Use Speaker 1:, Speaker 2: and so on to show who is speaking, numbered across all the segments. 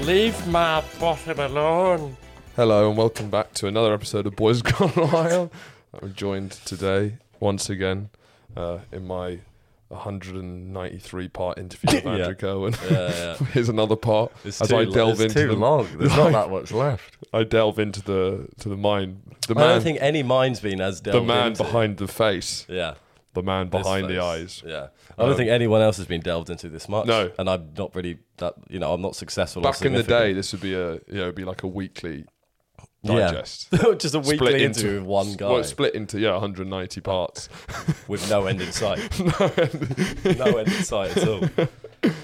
Speaker 1: Leave my bottom alone.
Speaker 2: Hello and welcome back to another episode of Boys Gone Wild. I'm joined today once again uh, in my 193 part interview with
Speaker 3: Yeah.
Speaker 2: Andrew Cohen.
Speaker 3: Yeah, yeah.
Speaker 2: Here's another part
Speaker 3: It's
Speaker 2: as
Speaker 3: too
Speaker 2: I
Speaker 3: lo-
Speaker 2: delve
Speaker 3: it's
Speaker 2: into
Speaker 3: too
Speaker 2: the,
Speaker 3: long. There's not that much left.
Speaker 2: I delve into the to the mind the
Speaker 3: I
Speaker 2: man
Speaker 3: don't think any mind's been as
Speaker 2: the
Speaker 3: delved
Speaker 2: man
Speaker 3: into.
Speaker 2: behind the face
Speaker 3: Yeah.
Speaker 2: the man
Speaker 3: this
Speaker 2: behind the
Speaker 3: face.
Speaker 2: eyes.
Speaker 3: Yeah. I don't
Speaker 2: Um,
Speaker 3: think anyone else has been delved into this much.
Speaker 2: No.
Speaker 3: And I'm not really that. You know, I'm not successful. or
Speaker 2: Back in the day,
Speaker 3: significant.
Speaker 2: this would be a you know it'd be like a weekly
Speaker 3: Yeah.
Speaker 2: digest.
Speaker 3: just a
Speaker 2: Split
Speaker 3: weekly interview with one guy
Speaker 2: Well, split into yeah 190 parts.
Speaker 3: with no end in sight. no end in sight at all.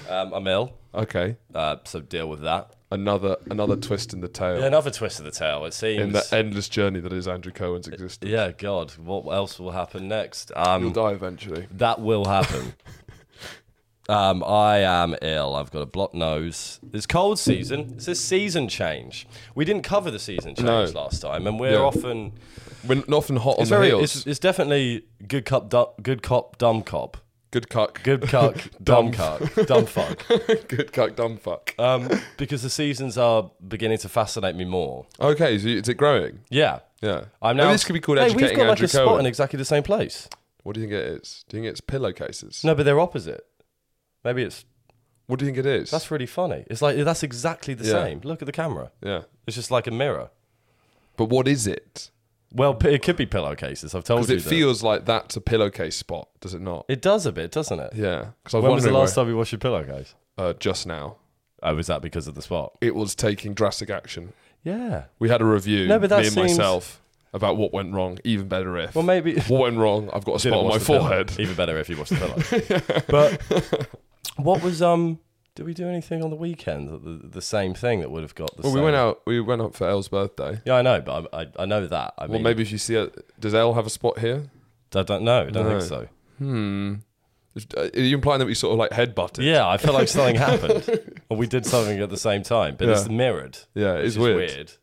Speaker 3: Um, I'm ill,
Speaker 2: Okay,
Speaker 3: uh, so deal with that.
Speaker 2: another another twist in the tale.
Speaker 3: Another twist of the tale. It seems.
Speaker 2: in the endless journey that is Andrew Cohen's
Speaker 3: Uh,
Speaker 2: existence.
Speaker 3: yeah. God. What else will happen next? Um,
Speaker 2: He'll die eventually.
Speaker 3: That will happen. um, I am ill. I've got a blocked nose. It's cold season. It's a season change. We didn't cover the season change
Speaker 2: No.
Speaker 3: last time, and we're
Speaker 2: Yeah.
Speaker 3: often
Speaker 2: We're not often hot on
Speaker 3: it's,
Speaker 2: the
Speaker 3: very,
Speaker 2: heels.
Speaker 3: it's, it's definitely good cop, du- good cop, dumb cop,
Speaker 2: good cuck.
Speaker 3: good cuck, dumb cuck, dumb fuck.
Speaker 2: good cuck, dumb fuck.
Speaker 3: Um, because the seasons are beginning to fascinate me more.
Speaker 2: Okay, so is it growing?
Speaker 3: Yeah,
Speaker 2: Yeah.
Speaker 3: I'm now.
Speaker 2: Maybe this could be called
Speaker 3: Hey,
Speaker 2: educating
Speaker 3: We've got like
Speaker 2: Andrew
Speaker 3: a spot
Speaker 2: Cohen.
Speaker 3: in exactly the same place.
Speaker 2: what do you think it is? Do you think it's pillowcases?
Speaker 3: No, but they're opposite. Maybe it's
Speaker 2: What do you think it is?
Speaker 3: that's really funny. It's like that's exactly the
Speaker 2: Yeah.
Speaker 3: same. Look at the camera.
Speaker 2: yeah.
Speaker 3: It's just like a mirror.
Speaker 2: But what is it?
Speaker 3: Well, p- it could be pillowcases. I've told
Speaker 2: Because
Speaker 3: you.
Speaker 2: it
Speaker 3: that.
Speaker 2: feels like that's a pillowcase spot, does it not?
Speaker 3: It does a bit, doesn't it?
Speaker 2: yeah. Because I was
Speaker 3: when was the
Speaker 2: wondering
Speaker 3: last
Speaker 2: where-
Speaker 3: time you washed your pillowcase?
Speaker 2: uh, just now.
Speaker 3: Oh, was that because of the spot?
Speaker 2: It was taking drastic action.
Speaker 3: Yeah.
Speaker 2: We had a review,
Speaker 3: No, but that
Speaker 2: me and
Speaker 3: seems-
Speaker 2: myself, about what went wrong, even better if.
Speaker 3: Well, maybe.
Speaker 2: what went wrong? I've got a spot
Speaker 3: Didn't
Speaker 2: on
Speaker 3: wash
Speaker 2: my
Speaker 3: the pillow.
Speaker 2: forehead.
Speaker 3: Even better if you washed the pillow. But what was um? Did we do anything on the weekend? that The, the same thing that would have got the.
Speaker 2: Well, we
Speaker 3: same-
Speaker 2: went out. We went out for Elle's birthday.
Speaker 3: Yeah, I know, but I, I, I know that. I mean,
Speaker 2: well, maybe if you see it, does Elle have a spot here?
Speaker 3: I don't know. I don't
Speaker 2: No.
Speaker 3: think so.
Speaker 2: Hmm. Is- uh, Are you implying that we sort of like headbutted?
Speaker 3: Yeah, I feel like something happened, or we did something at the same time, but it's
Speaker 2: Yeah.
Speaker 3: mirrored.
Speaker 2: yeah.
Speaker 3: which
Speaker 2: It's
Speaker 3: is
Speaker 2: weird.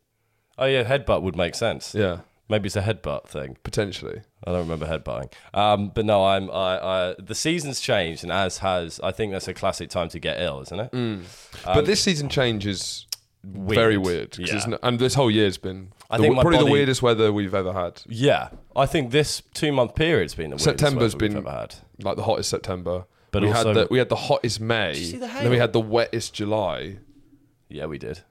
Speaker 3: Oh yeah, headbutt would make sense.
Speaker 2: Yeah,
Speaker 3: Maybe it's a headbutt thing.
Speaker 2: potentially.
Speaker 3: I don't remember headbutting. Um, but no, I'm. I, I the seasons changed, and as has, I think that's a classic time to get ill, isn't it?
Speaker 2: Mm. but this season change is
Speaker 3: Um, Weird.
Speaker 2: very weird. 'cause
Speaker 3: Yeah.
Speaker 2: it's n- and this whole year's been
Speaker 3: I
Speaker 2: the w-
Speaker 3: think my
Speaker 2: probably the
Speaker 3: body-
Speaker 2: weirdest weather we've ever had.
Speaker 3: yeah, I think this two month period's been the weirdest
Speaker 2: September's
Speaker 3: weather we've
Speaker 2: been-
Speaker 3: ever had.
Speaker 2: Like the hottest September.
Speaker 3: But
Speaker 2: we
Speaker 3: also-
Speaker 2: had the we had the hottest May.
Speaker 3: you see the
Speaker 2: and then we
Speaker 3: hail?
Speaker 2: had the wettest July
Speaker 3: Yeah, we did.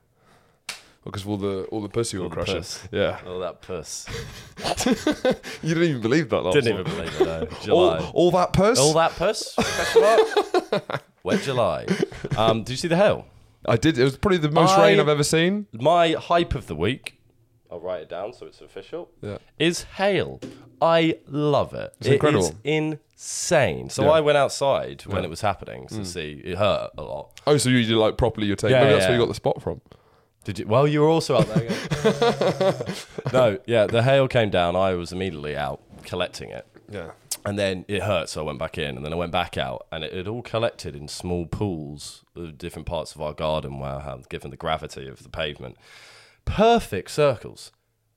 Speaker 2: because of all the all the pussy were
Speaker 3: the
Speaker 2: crushing.
Speaker 3: puss.
Speaker 2: Yeah,
Speaker 3: Oh, that puss!
Speaker 2: you didn't even believe that. Last
Speaker 3: Didn't
Speaker 2: one.
Speaker 3: even believe it. No. July.
Speaker 2: All, all that puss.
Speaker 3: All that puss? Question mark? Wet July. Um, do you see the hail?
Speaker 2: I did. It was probably the most
Speaker 3: I-
Speaker 2: rain I've ever seen.
Speaker 3: My hype of the week. I'll write it down so it's official.
Speaker 2: Yeah.
Speaker 3: Is hail. I love it. It's
Speaker 2: incredible.
Speaker 3: insane. So
Speaker 2: Yeah. Mm.
Speaker 3: I went outside when it was happening to see. It hurt a lot.
Speaker 2: Oh, so you did like properly your take.
Speaker 3: Yeah,
Speaker 2: Maybe that's
Speaker 3: yeah,
Speaker 2: where you
Speaker 3: yeah.
Speaker 2: got the spot from.
Speaker 3: Did you? Well, you were also out there. going- no, yeah. The hail came down. I was immediately out collecting it.
Speaker 2: Yeah.
Speaker 3: And then it hurt, so I went back in, and then I went back out, and it had all collected in small pools of different parts of our garden where I have given the gravity of the pavement. Perfect circles,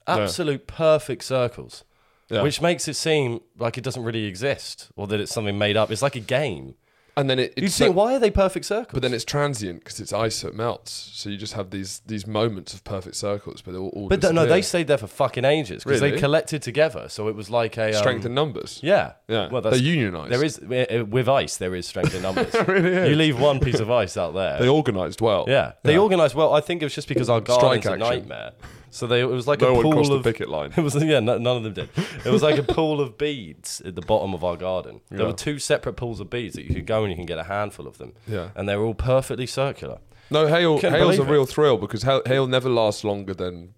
Speaker 3: absolute perfect circles,
Speaker 2: Yeah.
Speaker 3: which makes it seem like it doesn't really exist or that it's something made up. It's like a game.
Speaker 2: And then it,
Speaker 3: You'd
Speaker 2: it's
Speaker 3: think,
Speaker 2: that-
Speaker 3: why are they perfect circles?
Speaker 2: but then it's transient because it's ice so it melts. So you just have these these moments of perfect circles, but they're all, all
Speaker 3: but th- no, they
Speaker 2: disappear.
Speaker 3: stayed there for fucking ages because
Speaker 2: Really?
Speaker 3: they collected together, so it was like a um,
Speaker 2: strength in numbers.
Speaker 3: Yeah,
Speaker 2: Yeah.
Speaker 3: Well,
Speaker 2: they're
Speaker 3: that's
Speaker 2: unionized.
Speaker 3: there is uh, uh, with ice there is strength in numbers. You leave one piece of ice out there,
Speaker 2: They organized well.
Speaker 3: Yeah, they organised well. I think it was just because our garden's
Speaker 2: Strike
Speaker 3: a
Speaker 2: action.
Speaker 3: nightmare. So they, it was like
Speaker 2: No
Speaker 3: a
Speaker 2: one
Speaker 3: pool
Speaker 2: crossed
Speaker 3: of
Speaker 2: the picket line.
Speaker 3: It was yeah, no, none of them did. It was like a pool of beads at the bottom of our garden. There were two separate pools of beads that you could go and you can get a handful of them.
Speaker 2: Yeah.
Speaker 3: and they were all perfectly circular.
Speaker 2: No, hail
Speaker 3: Couldn't
Speaker 2: hail's a
Speaker 3: believe it.
Speaker 2: real thrill because hail, hail never lasts longer than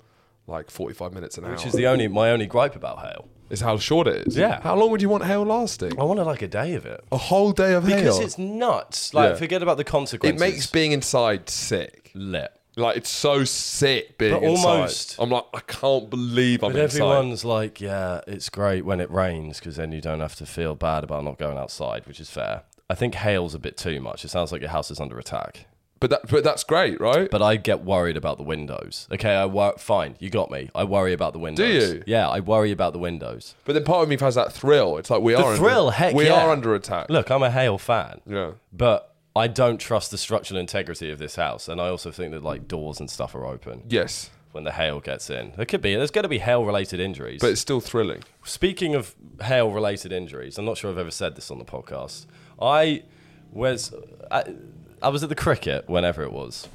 Speaker 2: like forty five minutes an hour.
Speaker 3: Which is the only my only gripe about hail.
Speaker 2: is how short it is.
Speaker 3: Yeah.
Speaker 2: How long would you want hail lasting?
Speaker 3: I wanted like a day of it
Speaker 2: A whole day of
Speaker 3: because
Speaker 2: hail.
Speaker 3: it's nuts. Like
Speaker 2: Yeah.
Speaker 3: forget about the
Speaker 2: It
Speaker 3: consequences.
Speaker 2: makes being inside sick.
Speaker 3: lit.
Speaker 2: Like it's so sick being
Speaker 3: But
Speaker 2: inside.
Speaker 3: almost.
Speaker 2: I'm like I can't believe I'm
Speaker 3: But
Speaker 2: inside.
Speaker 3: everyone's like, yeah, it's great when it rains because then you don't have to feel bad about not going outside, which is fair. I think hail's a bit too much. It sounds like your house is under attack.
Speaker 2: But that but that's great, right?
Speaker 3: But I get worried about the windows. Okay, I wor- fine, you got me. I worry about the windows.
Speaker 2: you?
Speaker 3: Yeah, I worry about the windows.
Speaker 2: But then part of me has that thrill. It's like we are
Speaker 3: thrill,
Speaker 2: under,
Speaker 3: heck
Speaker 2: we
Speaker 3: yeah.
Speaker 2: are under attack.
Speaker 3: Look, I'm a hail fan,
Speaker 2: Yeah,
Speaker 3: but I don't trust the structural integrity of this house, and I also think that like doors and stuff are open
Speaker 2: Yes,
Speaker 3: when the hail gets in. There could be there's going to be hail related injuries.
Speaker 2: but it's still thrilling.
Speaker 3: Speaking of hail related injuries, I'm not sure I've ever said this on the podcast. I was I, I was at the cricket whenever it was.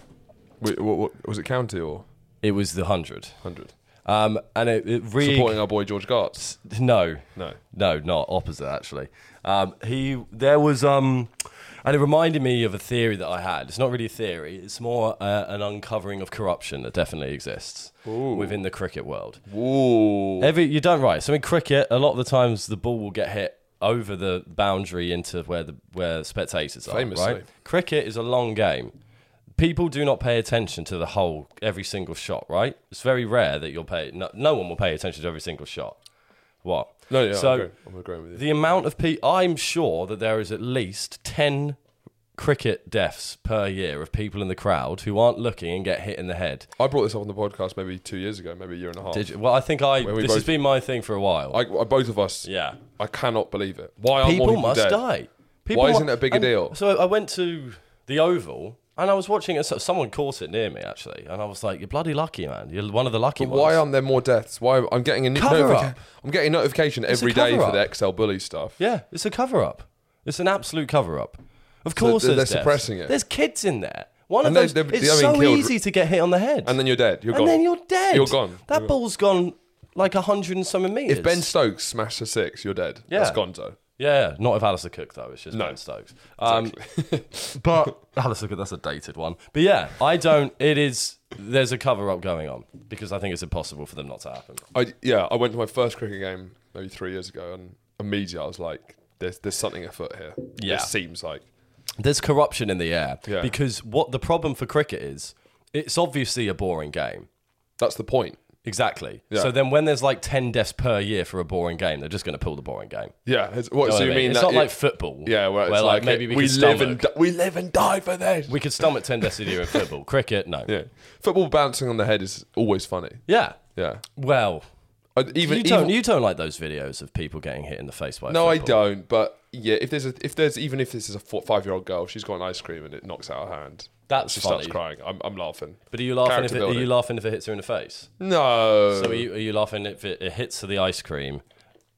Speaker 2: Wait, what, what, was it county or
Speaker 3: It was the hundred,
Speaker 2: hundred?
Speaker 3: um, and it, it really
Speaker 2: Supporting our boy George Gartz.
Speaker 3: no
Speaker 2: No.
Speaker 3: no not opposite actually. Um, he there was um, and it reminded me of a theory that I had. It's not really a theory. It's more uh, an uncovering of corruption that definitely exists within the cricket world.
Speaker 2: Ooh.
Speaker 3: Every you don't right. So in cricket, a lot of the times the ball will get hit over the boundary into where the where spectators are.
Speaker 2: Famously.
Speaker 3: Right? Cricket is a long game. People do not pay attention to the whole every single shot. Right? It's very rare that you'll pay. No, no one will pay attention to every single shot. What?
Speaker 2: No, yeah,
Speaker 3: So
Speaker 2: I'm, agreeing. I'm agreeing with you.
Speaker 3: the amount of people, I'm sure that there is at least ten cricket deaths per year of people in the crowd who aren't looking and get hit in the head.
Speaker 2: I brought this up on the podcast maybe two years ago, maybe a year and a half.
Speaker 3: Did you, well, I think I.
Speaker 2: Oh. we
Speaker 3: This has
Speaker 2: both-
Speaker 3: been my thing for a while.
Speaker 2: I, I- both of us.
Speaker 3: yeah.
Speaker 2: I cannot believe it. Why are more
Speaker 3: people
Speaker 2: people
Speaker 3: must
Speaker 2: dead?
Speaker 3: die.
Speaker 2: Why
Speaker 3: mu-
Speaker 2: isn't it a bigger
Speaker 3: and
Speaker 2: deal?
Speaker 3: So I went to the Oval and I was watching it. So someone caught it near me actually, and I was like, "You're bloody lucky, man. You're one of the lucky ones."
Speaker 2: Why aren't there more deaths? Why I'm getting a
Speaker 3: Cover
Speaker 2: notification.
Speaker 3: up.
Speaker 2: I'm getting a notification
Speaker 3: a
Speaker 2: every day
Speaker 3: cover
Speaker 2: for the XL bully stuff.
Speaker 3: yeah, it's a cover up. It's an absolute cover up. Of course,
Speaker 2: they're-
Speaker 3: there's
Speaker 2: they're
Speaker 3: deaths.
Speaker 2: suppressing it.
Speaker 3: There's kids in there. One
Speaker 2: And they-
Speaker 3: of those.
Speaker 2: they're-
Speaker 3: it's
Speaker 2: they're being
Speaker 3: so
Speaker 2: killed-
Speaker 3: easy to get hit on the head,
Speaker 2: And then you're dead. You're
Speaker 3: And
Speaker 2: gone.
Speaker 3: then you're dead.
Speaker 2: You're gone.
Speaker 3: That
Speaker 2: You're gone.
Speaker 3: ball's gone like a hundred and something meters.
Speaker 2: If Ben Stokes smashed a six, you're dead.
Speaker 3: Yeah.
Speaker 2: That's Gonzo.
Speaker 3: Yeah, yeah, not if Alistair Cook though. It's just
Speaker 2: No.
Speaker 3: Ben Stokes. Um, but Alistair Cook, that's a dated one. But yeah, I don't. It is. There's a cover up going on because I think it's impossible for them not to happen.
Speaker 2: I yeah. I went to my first cricket game maybe three years ago, and immediately I was like, "There's there's something afoot here."
Speaker 3: Yeah.
Speaker 2: It seems like
Speaker 3: There's corruption in the air
Speaker 2: Yeah.
Speaker 3: because what the problem for cricket is, it's obviously a boring game.
Speaker 2: that's the point.
Speaker 3: Exactly.
Speaker 2: Yeah.
Speaker 3: So then, when there's like ten deaths per year for a boring game, they're just going to pull the boring game.
Speaker 2: Yeah. It's, what
Speaker 3: Know
Speaker 2: so
Speaker 3: what
Speaker 2: you
Speaker 3: I
Speaker 2: mean?
Speaker 3: it's
Speaker 2: that
Speaker 3: not
Speaker 2: it-
Speaker 3: like football.
Speaker 2: yeah, where it's
Speaker 3: where,
Speaker 2: like,
Speaker 3: maybe we,
Speaker 2: we
Speaker 3: can
Speaker 2: live
Speaker 3: stomach-
Speaker 2: and di- we live and die for this.
Speaker 3: we could stomach ten deaths a year in football. Cricket, no.
Speaker 2: yeah. Football bouncing on the head is always funny.
Speaker 3: yeah.
Speaker 2: Yeah.
Speaker 3: Well,
Speaker 2: I- Even
Speaker 3: you don't
Speaker 2: even-
Speaker 3: you don't like those videos of people getting hit in the face by a
Speaker 2: No, I
Speaker 3: football.
Speaker 2: don't. But yeah, if there's a, if there's even if this is a four, five-year-old girl, she's got an ice cream and it knocks out her hand.
Speaker 3: That's
Speaker 2: she starts
Speaker 3: funny.
Speaker 2: crying. I'm, I'm laughing.
Speaker 3: But are you laughing if
Speaker 2: Character
Speaker 3: it, are you
Speaker 2: building.
Speaker 3: laughing if it hits her in the face?
Speaker 2: No.
Speaker 3: So are you, are you laughing if it, it hits her the ice cream?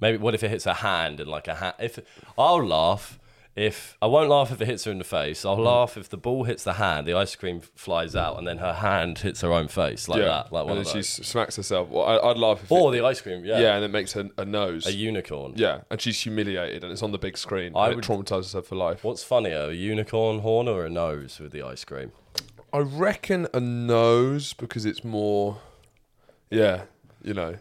Speaker 3: Maybe what if it hits her hand and like a hand? If I'll laugh if I won't laugh if it hits her in the face.
Speaker 2: Mm.
Speaker 3: I'll laugh if the ball hits the hand, the ice cream flies out, and then her hand hits her own face like that, like one
Speaker 2: and
Speaker 3: of
Speaker 2: then
Speaker 3: those.
Speaker 2: she smacks herself. Well, I, I'd laugh if.
Speaker 3: Or
Speaker 2: it,
Speaker 3: the ice cream, yeah,
Speaker 2: yeah, and it makes her a nose.
Speaker 3: a unicorn.
Speaker 2: yeah, and she's humiliated, and it's on the big screen.
Speaker 3: I
Speaker 2: and
Speaker 3: would-
Speaker 2: it traumatizes her for life.
Speaker 3: What's funnier, a unicorn horn or a nose with the ice cream?
Speaker 2: I reckon a nose because it's more. Yeah, you know,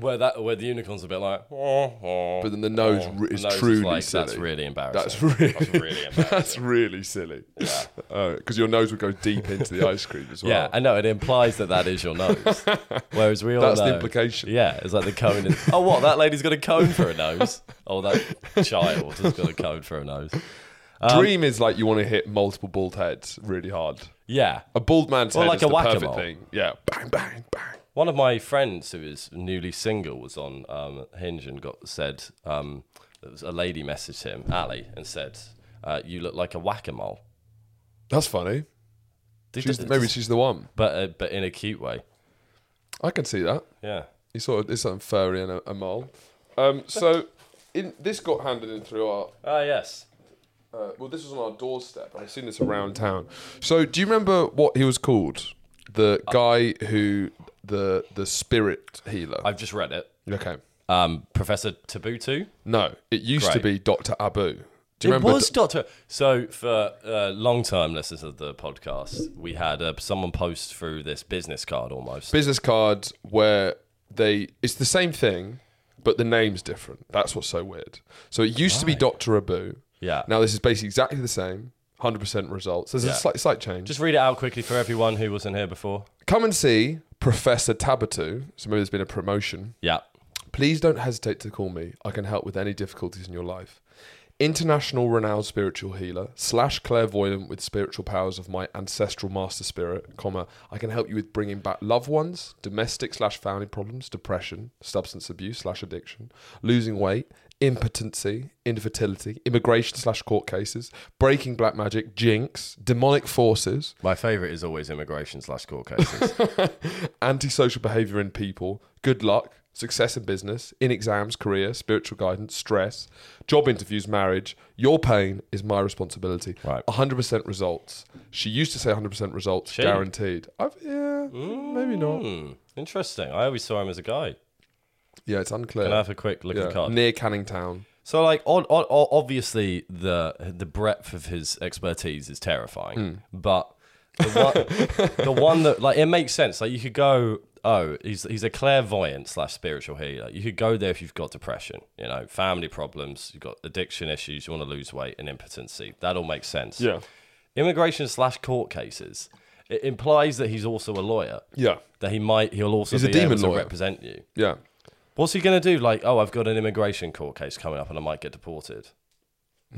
Speaker 3: Where that where the unicorn's a bit like
Speaker 2: but then the nose re- is
Speaker 3: the Oh, nose
Speaker 2: truly
Speaker 3: like,
Speaker 2: silly.
Speaker 3: That's really embarrassing.
Speaker 2: That's really.
Speaker 3: That's really embarrassing.
Speaker 2: That's really silly. Because your nose would go deep into the ice cream as well.
Speaker 3: Yeah, I know. It implies that that is your nose, whereas we all
Speaker 2: That's the
Speaker 3: know-
Speaker 2: implication.
Speaker 3: Yeah, it's like the cone. Is, oh, what? That lady's got a cone for a nose. Oh, that child has got a cone for a nose. Um,
Speaker 2: Dream is like you want to hit multiple bald heads really hard.
Speaker 3: Yeah,
Speaker 2: A bald man's
Speaker 3: Or
Speaker 2: head
Speaker 3: like
Speaker 2: is
Speaker 3: a
Speaker 2: the perfect
Speaker 3: whack-a-mole.
Speaker 2: thing. Yeah, bang, bang, bang.
Speaker 3: one of my friends who is newly single was on um, Hinge and got said um, there was a lady messaged him, Ali, and said, uh, "You look like a whack-a-mole."
Speaker 2: That's funny.
Speaker 3: Did-
Speaker 2: She's, maybe she's the one.
Speaker 3: but uh, but in a cute way.
Speaker 2: I can see that.
Speaker 3: Yeah.
Speaker 2: He's sort of it's something furry and a, a mole. Um, so in, this got handed in through our.
Speaker 3: Ah, yes.
Speaker 2: Uh, well, this was on our doorstep, and I've seen this around town. So, do you remember what he was called? The guy who the the spirit healer.
Speaker 3: I've just read it.
Speaker 2: okay.
Speaker 3: Um, Professor Tabutu.
Speaker 2: No, it used to
Speaker 3: Great.
Speaker 2: be Doctor Abu. Do you
Speaker 3: it
Speaker 2: remember?
Speaker 3: was Doctor. So for uh, long-term listeners of the podcast, we had uh, someone post through this business card almost.
Speaker 2: business card where they it's the same thing but the name's different that's what's so weird so it used to be dr abu
Speaker 3: yeah.
Speaker 2: now this is basically exactly the same 100% results there's
Speaker 3: Yeah.
Speaker 2: a slight, slight change
Speaker 3: Just read it out quickly for everyone who wasn't here before.
Speaker 2: come and see professor tabatu so maybe there's been a promotion
Speaker 3: Yeah.
Speaker 2: please don't hesitate to call me i can help with any difficulties in your life International renowned spiritual healer slash clairvoyant with spiritual powers of my ancestral master spirit, comma, I can help you with bringing back loved ones, domestic slash family problems, depression, substance abuse slash addiction, losing weight, impotency, infertility, immigration slash court cases, breaking black magic, jinx, demonic forces,
Speaker 3: My favourite is always immigration slash court cases.
Speaker 2: antisocial behavior in people, good luck, success in business, in exams, career, spiritual guidance, stress, job interviews, marriage. Your pain is my responsibility.
Speaker 3: Right.
Speaker 2: 100% results. She used to say 100% results
Speaker 3: She?
Speaker 2: guaranteed. I've, yeah, maybe not.
Speaker 3: Hmm, interesting. I always saw him as a guy.
Speaker 2: Yeah, it's unclear.
Speaker 3: Can I have a quick look at
Speaker 2: yeah.
Speaker 3: the card?
Speaker 2: Near Canning Town.
Speaker 3: So, like, o- o- o- obviously, the the breadth of his expertise is terrifying.
Speaker 2: Hmm.
Speaker 3: But the one, the one that, like, it makes sense. Like, you could go, oh, he's he's a clairvoyant slash spiritual healer. You could go there if you've got depression, you know, family problems, you've got addiction issues, you want to lose weight, and impotency. That all makes sense.
Speaker 2: Yeah.
Speaker 3: Immigration slash court cases. It implies that he's also a lawyer.
Speaker 2: Yeah.
Speaker 3: That he might, he'll also
Speaker 2: He's a
Speaker 3: be
Speaker 2: demon
Speaker 3: able to
Speaker 2: lawyer.
Speaker 3: represent you.
Speaker 2: Yeah.
Speaker 3: What's he gonna do? Like, oh, I've got an immigration court case coming up, and I might get deported.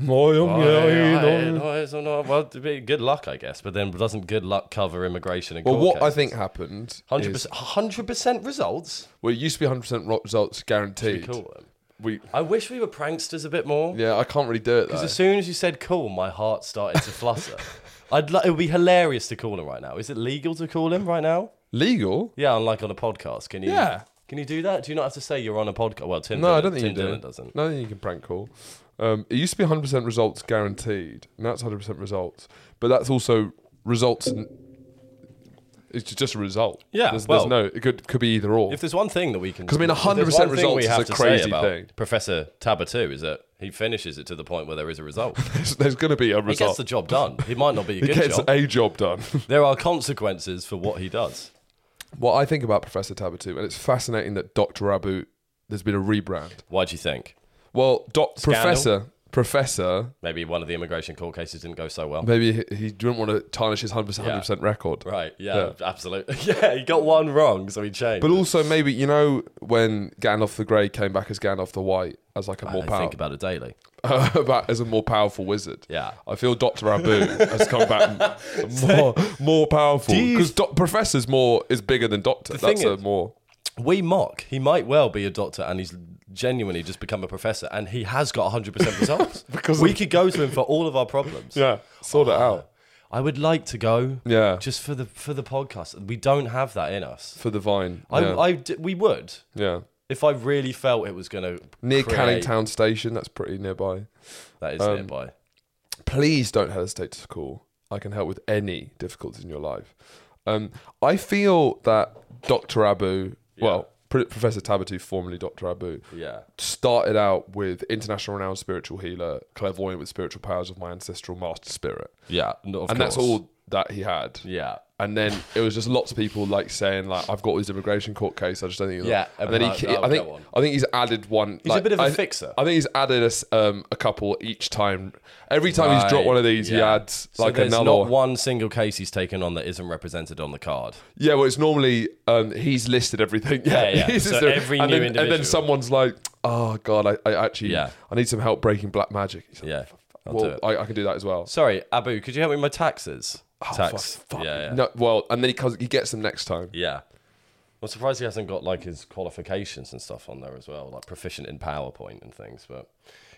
Speaker 3: Oh, yeah, yeah, no, it's not- well, to be- good luck, I guess. But then doesn't good luck cover immigration and
Speaker 2: Well,
Speaker 3: court
Speaker 2: what I think happened.
Speaker 3: hundred
Speaker 2: 100%.
Speaker 3: percent, hundred percent results.
Speaker 2: well, it used to be 100% ro- results guaranteed.
Speaker 3: Cool. um,
Speaker 2: We,
Speaker 3: I wish we were pranksters a bit more.
Speaker 2: yeah, I can't really do it
Speaker 3: Because
Speaker 2: though.
Speaker 3: as soon as you said cool, my heart started to flutter. I'd lo- it would be hilarious to call him right now. Is it legal to call him right now?
Speaker 2: Legal?
Speaker 3: Yeah, unlike on a podcast. Can you?
Speaker 2: Yeah.
Speaker 3: Can you do that? Do you not have to say you're on a podcast? Well, Tim.
Speaker 2: No, I
Speaker 3: Dillon-
Speaker 2: don't think
Speaker 3: Tim
Speaker 2: you do.
Speaker 3: Dillon doesn't.
Speaker 2: No, I think you can prank call. Um, it used to be 100% results guaranteed. Now it's 100% results, but that's also results. N- it's ju- just a result.
Speaker 3: Yeah,
Speaker 2: There's,
Speaker 3: well-
Speaker 2: there's no. It could could be either or.
Speaker 3: If there's one thing that we can,
Speaker 2: 'Cause I mean,
Speaker 3: if there's
Speaker 2: 100%
Speaker 3: one thing
Speaker 2: results
Speaker 3: we
Speaker 2: is
Speaker 3: have
Speaker 2: a
Speaker 3: to say
Speaker 2: crazy
Speaker 3: about
Speaker 2: thing.
Speaker 3: Professor Tabatu is that he finishes it to the point where there is a result.
Speaker 2: there's going to be a
Speaker 3: he gets
Speaker 2: result.
Speaker 3: the job done. He might not be a
Speaker 2: He
Speaker 3: good
Speaker 2: gets
Speaker 3: job.
Speaker 2: a job done.
Speaker 3: There are consequences for what he does.
Speaker 2: what I think about Professor Tabatu, and it's fascinating that Doctor Abu, there's been a rebrand.
Speaker 3: Why do you think?
Speaker 2: Well, doc,
Speaker 3: Scandal?
Speaker 2: Professor, Professor,
Speaker 3: Maybe one of the immigration court cases didn't go so well.
Speaker 2: maybe he, he didn't want to tarnish his 100%, 100% record.
Speaker 3: Right? Yeah, absolutely. Yeah, he got one wrong, so he changed.
Speaker 2: But also maybe you know when Gandalf the Grey came back as Gandalf the White as like a more
Speaker 3: I think
Speaker 2: powerful
Speaker 3: about it daily.
Speaker 2: about as a more powerful wizard.
Speaker 3: Yeah.
Speaker 2: I feel Doctor Abu has come back m- more more powerful
Speaker 3: Do you-
Speaker 2: because doc Professor's more is bigger than Doctor.
Speaker 3: thing
Speaker 2: That's a
Speaker 3: is-
Speaker 2: more
Speaker 3: We mock. He might well be a doctor, and he's genuinely just become a professor, and he has got 100% results. because we could go to him for all of our problems.
Speaker 2: yeah sort it out
Speaker 3: I would like to go.
Speaker 2: Yeah.
Speaker 3: Just for the for the podcast, we don't have that in us.
Speaker 2: for the vine.
Speaker 3: I
Speaker 2: yeah.
Speaker 3: I d we would
Speaker 2: yeah.
Speaker 3: if I really felt it was gonna
Speaker 2: Near
Speaker 3: create-
Speaker 2: Canning Town Station, that's pretty nearby.
Speaker 3: That
Speaker 2: Um,
Speaker 3: is nearby.
Speaker 2: please don't hesitate to call. I can help with any difficulties in your life. Um, I feel that Dr. Abu, well, Pr- Professor Tabatu, formerly Dr. Abu,
Speaker 3: Yeah.
Speaker 2: started out with international renowned spiritual healer, clairvoyant with spiritual powers of my ancestral master spirit.
Speaker 3: Yeah. no, of
Speaker 2: and that's
Speaker 3: course.
Speaker 2: all that he had.
Speaker 3: Yeah.
Speaker 2: And then it was just lots of people like saying like I've got this immigration court case. I just don't think. you're-"
Speaker 3: Yeah,
Speaker 2: and then he,
Speaker 3: about-
Speaker 2: ki-
Speaker 3: oh,
Speaker 2: I
Speaker 3: that one.
Speaker 2: think I think he's added one. He's
Speaker 3: a bit of a fixer.
Speaker 2: I think he's added us um, a couple each time. Every time he's dropped
Speaker 3: Right,
Speaker 2: one of these, he
Speaker 3: yeah.
Speaker 2: adds
Speaker 3: So
Speaker 2: like
Speaker 3: there's
Speaker 2: another.
Speaker 3: not
Speaker 2: one.
Speaker 3: one single case he's taken on that isn't represented on the card.
Speaker 2: Yeah, well, it's normally um, he's listed everything.
Speaker 3: Yeah, yeah.
Speaker 2: he's
Speaker 3: So
Speaker 2: listed-
Speaker 3: every
Speaker 2: and
Speaker 3: new
Speaker 2: then, and
Speaker 3: individual.
Speaker 2: then someone's like, "Oh God, I, I actually,
Speaker 3: Yeah.
Speaker 2: I need some help breaking black magic." He's like,
Speaker 3: Yeah. I'll do
Speaker 2: well,
Speaker 3: it.
Speaker 2: I, I can do that as well.
Speaker 3: Sorry, Abu, could you help me with my taxes? Tax.
Speaker 2: Oh, Fuck.
Speaker 3: Yeah, yeah.
Speaker 2: No, well, and then he comes, he gets them next time.
Speaker 3: Yeah. I'm surprised he hasn't got like his qualifications and stuff on there as well, like proficient in PowerPoint and things, but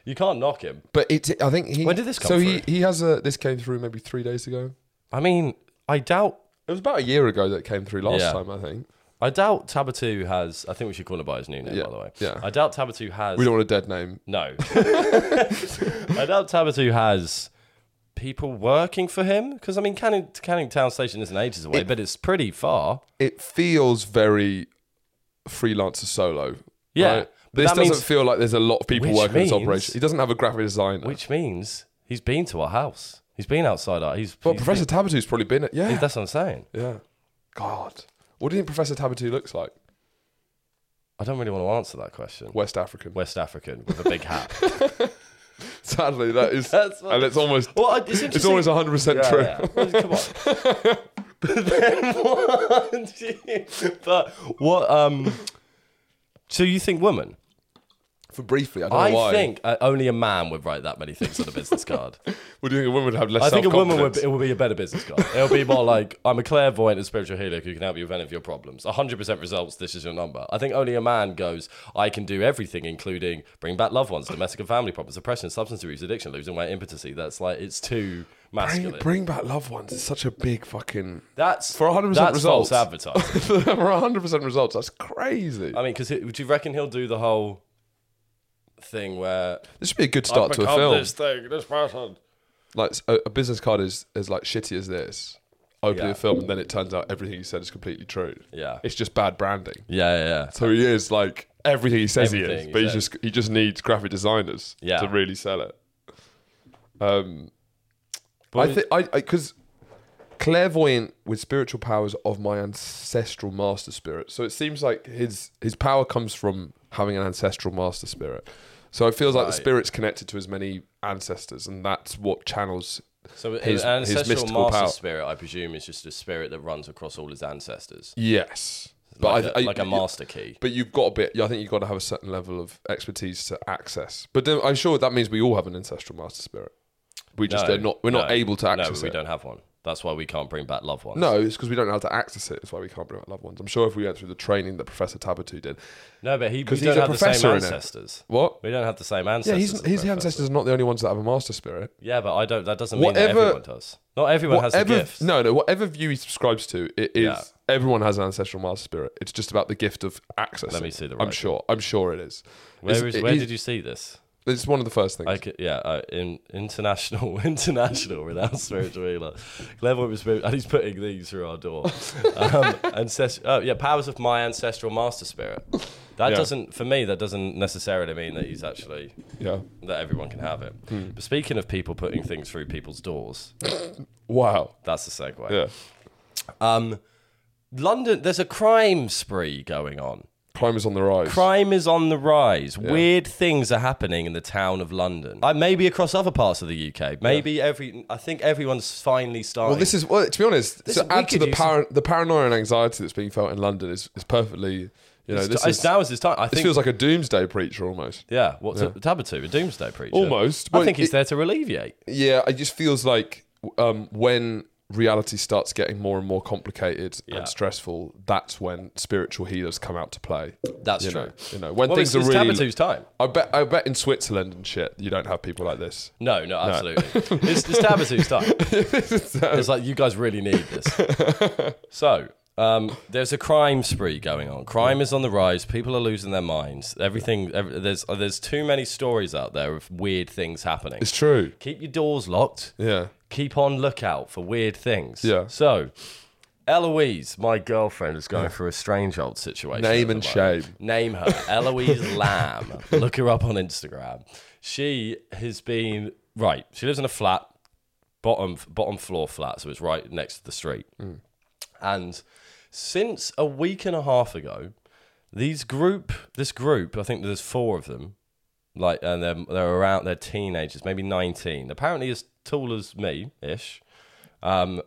Speaker 3: you can't knock him.
Speaker 2: But it's, I think he.
Speaker 3: When did this come
Speaker 2: So he he has a this came through maybe three days ago.
Speaker 3: I mean, I doubt
Speaker 2: It was about a year ago that it came through last
Speaker 3: Yeah.
Speaker 2: time. I think
Speaker 3: I doubt Tabatu has I think we should call him by his new name,
Speaker 2: Yeah,
Speaker 3: by the way.
Speaker 2: yeah.
Speaker 3: I doubt Tabatu has
Speaker 2: we don't want a dead name.
Speaker 3: No. I doubt Tabatu has people working for him because I mean Canning, Canning Town Station isn't ages away, but it's pretty far.
Speaker 2: It feels very freelancer solo.
Speaker 3: Yeah,
Speaker 2: right?
Speaker 3: but
Speaker 2: this
Speaker 3: that
Speaker 2: doesn't
Speaker 3: means-
Speaker 2: feel like there's a lot of people
Speaker 3: Which
Speaker 2: working
Speaker 3: means-
Speaker 2: this operation. He doesn't have a graphic designer.
Speaker 3: Which means he's been to our house. He's been outside our. He's.
Speaker 2: but
Speaker 3: he's
Speaker 2: Professor Tabatu's probably been at
Speaker 3: been-
Speaker 2: yeah
Speaker 3: that's what I'm saying.
Speaker 2: yeah. God, what do you think Professor Tabatu looks like?
Speaker 3: I don't really want to answer that question.
Speaker 2: West African.
Speaker 3: West African with a big hat.
Speaker 2: Sadly, that is
Speaker 3: That's what-
Speaker 2: and it's almost
Speaker 3: well, I- it's interesting.
Speaker 2: it's almost 100 percent true.
Speaker 3: Yeah, well, come on. but then what? but what? Um. So you think woman?
Speaker 2: For briefly, I don't know
Speaker 3: I
Speaker 2: why.
Speaker 3: think uh, only a man would write that many things on a business card.
Speaker 2: What do you think a woman would have less?
Speaker 3: I think a woman would
Speaker 2: self-confidence?
Speaker 3: it would be a better business card. It would be more like I'm a clairvoyant and spiritual healer who can help you with any of your problems. 100% results. This is your number. I think only a man goes. I can do everything, including bring back loved ones, domestic and family problems, depression, substance abuse, addiction, losing weight, impotency. That's like it's too masculine.
Speaker 2: Bring, bring back loved ones. It's such a big fucking.
Speaker 3: that's
Speaker 2: For 100%
Speaker 3: that's
Speaker 2: results.
Speaker 3: False advertising.
Speaker 2: For 100% results, that's crazy.
Speaker 3: I mean, because do you reckon he'll do the whole thing where
Speaker 2: This would be a good start to a
Speaker 1: Become
Speaker 2: film.
Speaker 1: This thing, this person.
Speaker 2: Like a, a business card is as like shitty as this. Opening
Speaker 3: Yeah.
Speaker 2: a film, and then it turns out everything he said is completely true.
Speaker 3: Yeah.
Speaker 2: it's just bad branding.
Speaker 3: yeah yeah yeah
Speaker 2: So he is like everything he says he
Speaker 3: Everything
Speaker 2: is,
Speaker 3: he
Speaker 2: but he
Speaker 3: says.
Speaker 2: just he just needs graphic designers
Speaker 3: Yeah.
Speaker 2: to really sell it. Um,
Speaker 3: But-
Speaker 2: I think I because clairvoyant with spiritual powers of my ancestral master spirit. So it seems like his his power comes from having an ancestral master spirit. So it feels like the
Speaker 3: Right.
Speaker 2: spirit's connected to as many ancestors, and that's what channels.
Speaker 3: So
Speaker 2: his-
Speaker 3: his, an
Speaker 2: his
Speaker 3: ancestral
Speaker 2: mystical
Speaker 3: master
Speaker 2: power.
Speaker 3: spirit, I presume, is just a spirit that runs across all his ancestors,
Speaker 2: Yes,
Speaker 3: like,
Speaker 2: I-
Speaker 3: a,
Speaker 2: I-
Speaker 3: like a master key.
Speaker 2: But you've got a bit. I think you've got to have a certain level of expertise to access. But then I'm sure that means we all have an ancestral master spirit. We just
Speaker 3: No,
Speaker 2: are not. We're not
Speaker 3: no,
Speaker 2: able to
Speaker 3: No,
Speaker 2: access
Speaker 3: we
Speaker 2: it.
Speaker 3: don't have one. That's why we can't bring back loved ones.
Speaker 2: No, it's because we don't know how to access it. That's why we can't bring out loved ones. I'm sure if we went through the training that Professor Tabatu did.
Speaker 3: no, but he we
Speaker 2: 'Cause
Speaker 3: don't
Speaker 2: he's a
Speaker 3: have the same
Speaker 2: professor in it.
Speaker 3: ancestors.
Speaker 2: What?
Speaker 3: We don't have the same ancestors.
Speaker 2: Yeah, he's,
Speaker 3: as
Speaker 2: he's the
Speaker 3: professor.
Speaker 2: ancestors are not the only ones that have a master spirit.
Speaker 3: Yeah, but I don't. That doesn't mean that
Speaker 2: Whatever-
Speaker 3: everyone does. Not everyone has the gift.
Speaker 2: no, no, whatever view he subscribes to, it is
Speaker 3: Yeah.
Speaker 2: everyone has an ancestral master spirit. It's just about the gift of access.
Speaker 3: Let me see the
Speaker 2: I'm
Speaker 3: right-
Speaker 2: sure. I'm sure it is.
Speaker 3: Where,
Speaker 2: It's-
Speaker 3: is,
Speaker 2: it
Speaker 3: where
Speaker 2: is-
Speaker 3: did you see this?
Speaker 2: It's one of the first things.
Speaker 3: I could, yeah, uh, in international, international renowned spiritual healer, clairvoyant with spirit, and he's putting these through our door. Um, ancest- oh, yeah, powers of my ancestral master spirit. That
Speaker 2: Yeah.
Speaker 3: doesn't, for me, that doesn't necessarily mean that he's actually
Speaker 2: yeah.
Speaker 3: that everyone can have it.
Speaker 2: Hmm.
Speaker 3: But speaking of people putting things through people's doors,
Speaker 2: Wow.
Speaker 3: that's the segue.
Speaker 2: Yeah.
Speaker 3: Um, London, there's a crime spree going on.
Speaker 2: Crime is on the rise.
Speaker 3: Crime is on the rise. Weird things are happening in the town of London. I maybe across other parts of the UK. Maybe every. I think everyone's finally starting.
Speaker 2: Well, this is well. To be honest,
Speaker 3: This
Speaker 2: to
Speaker 3: is
Speaker 2: add to
Speaker 3: wicked
Speaker 2: the
Speaker 3: use-
Speaker 2: par- the paranoia and anxiety that's being felt in London is, is perfectly, you know,
Speaker 3: It's-
Speaker 2: this
Speaker 3: it's-
Speaker 2: is,
Speaker 3: now is his time. I
Speaker 2: this
Speaker 3: think.
Speaker 2: feels like a doomsday preacher almost.
Speaker 3: yeah. What's a Tabatu? A doomsday preacher.
Speaker 2: Almost,
Speaker 3: I
Speaker 2: but
Speaker 3: think he's
Speaker 2: it-
Speaker 3: there to alleviate.
Speaker 2: Yeah, it just feels like um, when reality starts getting more and more complicated
Speaker 3: Yeah.
Speaker 2: and stressful, that's when spiritual healers come out to play.
Speaker 3: That's
Speaker 2: you
Speaker 3: true.
Speaker 2: know, you know, when
Speaker 3: Well,
Speaker 2: things
Speaker 3: it's, it's
Speaker 2: are really.
Speaker 3: Tabatu's time.
Speaker 2: I bet, I bet in Switzerland and shit, you don't have people like this.
Speaker 3: No, no, absolutely. it's, it's Tabatu's time. it's like you guys really need this. so um, there's a crime spree going on. Crime is on the rise. People are losing their minds. Everything every, there's uh, there's too many stories out there of weird things happening.
Speaker 2: It's true.
Speaker 3: Keep your doors locked.
Speaker 2: Yeah.
Speaker 3: Keep on lookout for weird things.
Speaker 2: Yeah.
Speaker 3: So. Eloise, my girlfriend, is going through a strange old situation. at
Speaker 2: Name
Speaker 3: the
Speaker 2: and
Speaker 3: moment.
Speaker 2: shame.
Speaker 3: Name her Eloise Lamb. Look her up on Instagram. She has been right. She lives in a flat, bottom bottom floor flat, so it's right next to the street. And since a week and a half ago, these group, this group, I think there's four of them, like, and they're they're around, they're teenagers, maybe nineteen, apparently as tall as me ish. Um,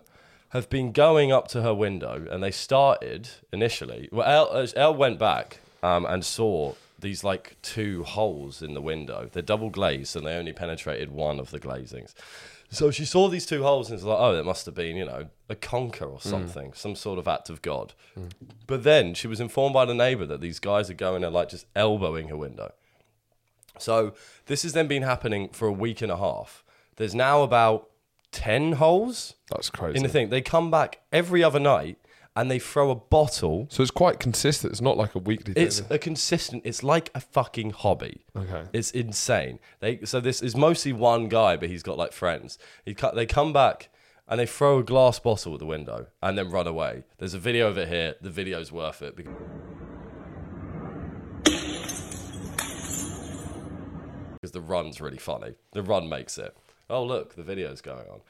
Speaker 3: have been going up to her window and they started initially. Well, Elle, uh, Elle went back um, and saw these like two holes in the window. They're double glazed and they only penetrated one of the glazings. So she saw these two holes and was like, oh, it must have been, you know, a conker or something, some sort of act of God. But then she was informed by the neighbor that these guys are going and like just elbowing her window. So this has then been happening for a week and a half. There's now about 10 holes
Speaker 2: That's crazy.
Speaker 3: in the thing. They come back every other night and they throw a bottle.
Speaker 2: so it's quite consistent. It's not like a weekly thing.
Speaker 3: It's a consistent. It's like a fucking hobby.
Speaker 2: Okay.
Speaker 3: It's insane. They so this is mostly one guy, but he's got like friends. He cut. They come back and they throw a glass bottle at the window and then run away. There's a video of it here. The video's worth it. Because because the run's really funny. The run makes it. Oh look, the video's going on.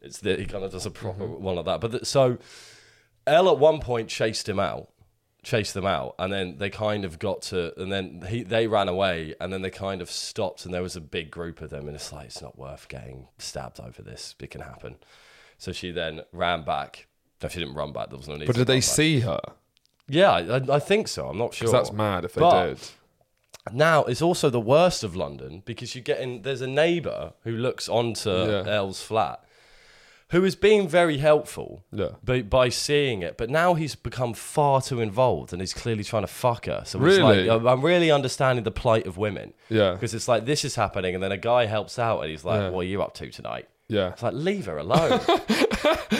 Speaker 3: It's the, he kind of does a proper one like that. But the, so Elle at one point chased him out, chased them out, and then they kind of got to, and then he they ran away, and then they kind of stopped, and there was a big group of them, and it's like it's not worth getting stabbed over this. It can happen. So she then ran back. No, she didn't run back. There was no need.
Speaker 2: but
Speaker 3: to
Speaker 2: did
Speaker 3: run
Speaker 2: they
Speaker 3: back.
Speaker 2: see her?
Speaker 3: Yeah, I, I think so. I'm not sure.
Speaker 2: Because that's mad if they
Speaker 3: But-
Speaker 2: did.
Speaker 3: Now it's also the worst of London because you get in. There's a neighbour who looks onto
Speaker 2: Yeah.
Speaker 3: L's flat, who is being very helpful
Speaker 2: Yeah.
Speaker 3: by, by seeing it. But now he's become far too involved and he's clearly trying to fuck her. So it's
Speaker 2: Really?
Speaker 3: like, I'm- I'm really understanding the plight of women.
Speaker 2: Yeah.
Speaker 3: Because it's like this is happening, and then a guy helps out and he's like,
Speaker 2: Yeah.
Speaker 3: "What are you up to tonight?"
Speaker 2: Yeah.
Speaker 3: It's like, leave her alone.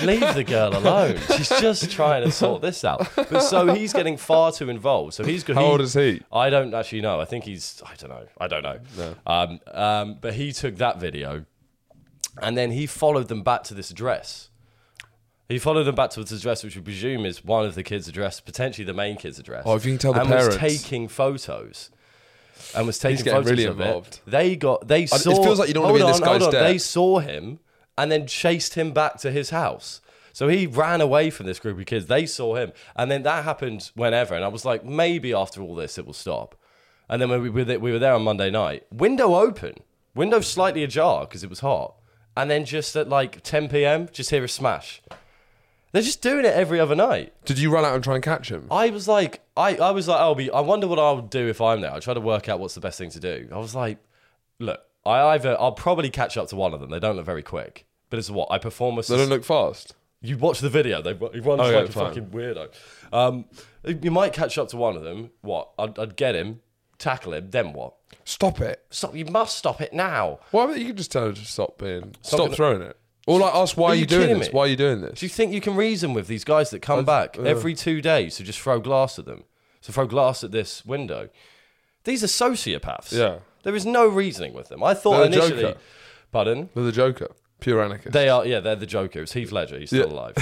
Speaker 3: leave the girl alone. She's just trying to sort this out. But so he's getting far too involved. So he's
Speaker 2: How old is he?
Speaker 3: I don't actually know. I think he's. I don't know. I don't know. Um, um, but he took that video, and then he followed them back to this address. He followed them back to this address, which we presume is one of the kids' address, potentially the main kid's address.
Speaker 2: Oh, if you can tell the
Speaker 3: and
Speaker 2: parents.
Speaker 3: was taking photos. And was taking
Speaker 2: getting
Speaker 3: photos
Speaker 2: really
Speaker 3: of
Speaker 2: involved.
Speaker 3: it. They got. They
Speaker 2: it
Speaker 3: saw.
Speaker 2: feels like you don't wanna
Speaker 3: hold
Speaker 2: be in this
Speaker 3: on, hold
Speaker 2: guy's
Speaker 3: on.
Speaker 2: debt.
Speaker 3: They saw him and then chased him back to his house. So he ran away from this group of kids. They saw him. And then that happened whenever. And I was like, maybe after all this, it will stop. And then when we were there, we were there on Monday night, window open, window slightly ajar because it was hot. And then just at like 10 p.m., just hear a smash. They're just doing it every other night.
Speaker 2: Did you run out and try and catch him?
Speaker 3: I was like, I, I was like, I'll be. I wonder what I'll do if I'm there. I try to work out what's the best thing to do. I was like, look, I either I'll probably catch up to one of them. They don't look very quick, but it's what I perform a.
Speaker 2: They don't look fast.
Speaker 3: you watch the video. They ru- he runs
Speaker 2: Okay,
Speaker 3: like a
Speaker 2: fine.
Speaker 3: fucking weirdo. Um, you might catch up to one of them. What? I'd, I'd get him, tackle him. Then what?
Speaker 2: Stop it.
Speaker 3: Stop! You must stop it now.
Speaker 2: Why don't you can just tell her to stop being stop
Speaker 3: gonna-
Speaker 2: throwing it? Or like ask why are
Speaker 3: you
Speaker 2: you, doing
Speaker 3: kidding
Speaker 2: this?
Speaker 3: me?
Speaker 2: Why are you doing this?
Speaker 3: Do you think you can reason with these guys that come back every two days to just throw glass at them? So throw glass at this window. These are sociopaths.
Speaker 2: Yeah.
Speaker 3: There is no reasoning with them. I thought
Speaker 2: They're the
Speaker 3: initially.
Speaker 2: Joker.
Speaker 3: Pardon?
Speaker 2: They're the Joker. Pure anarchist.
Speaker 3: They are, yeah, they're the Joker. It's Heath Ledger. He's still alive.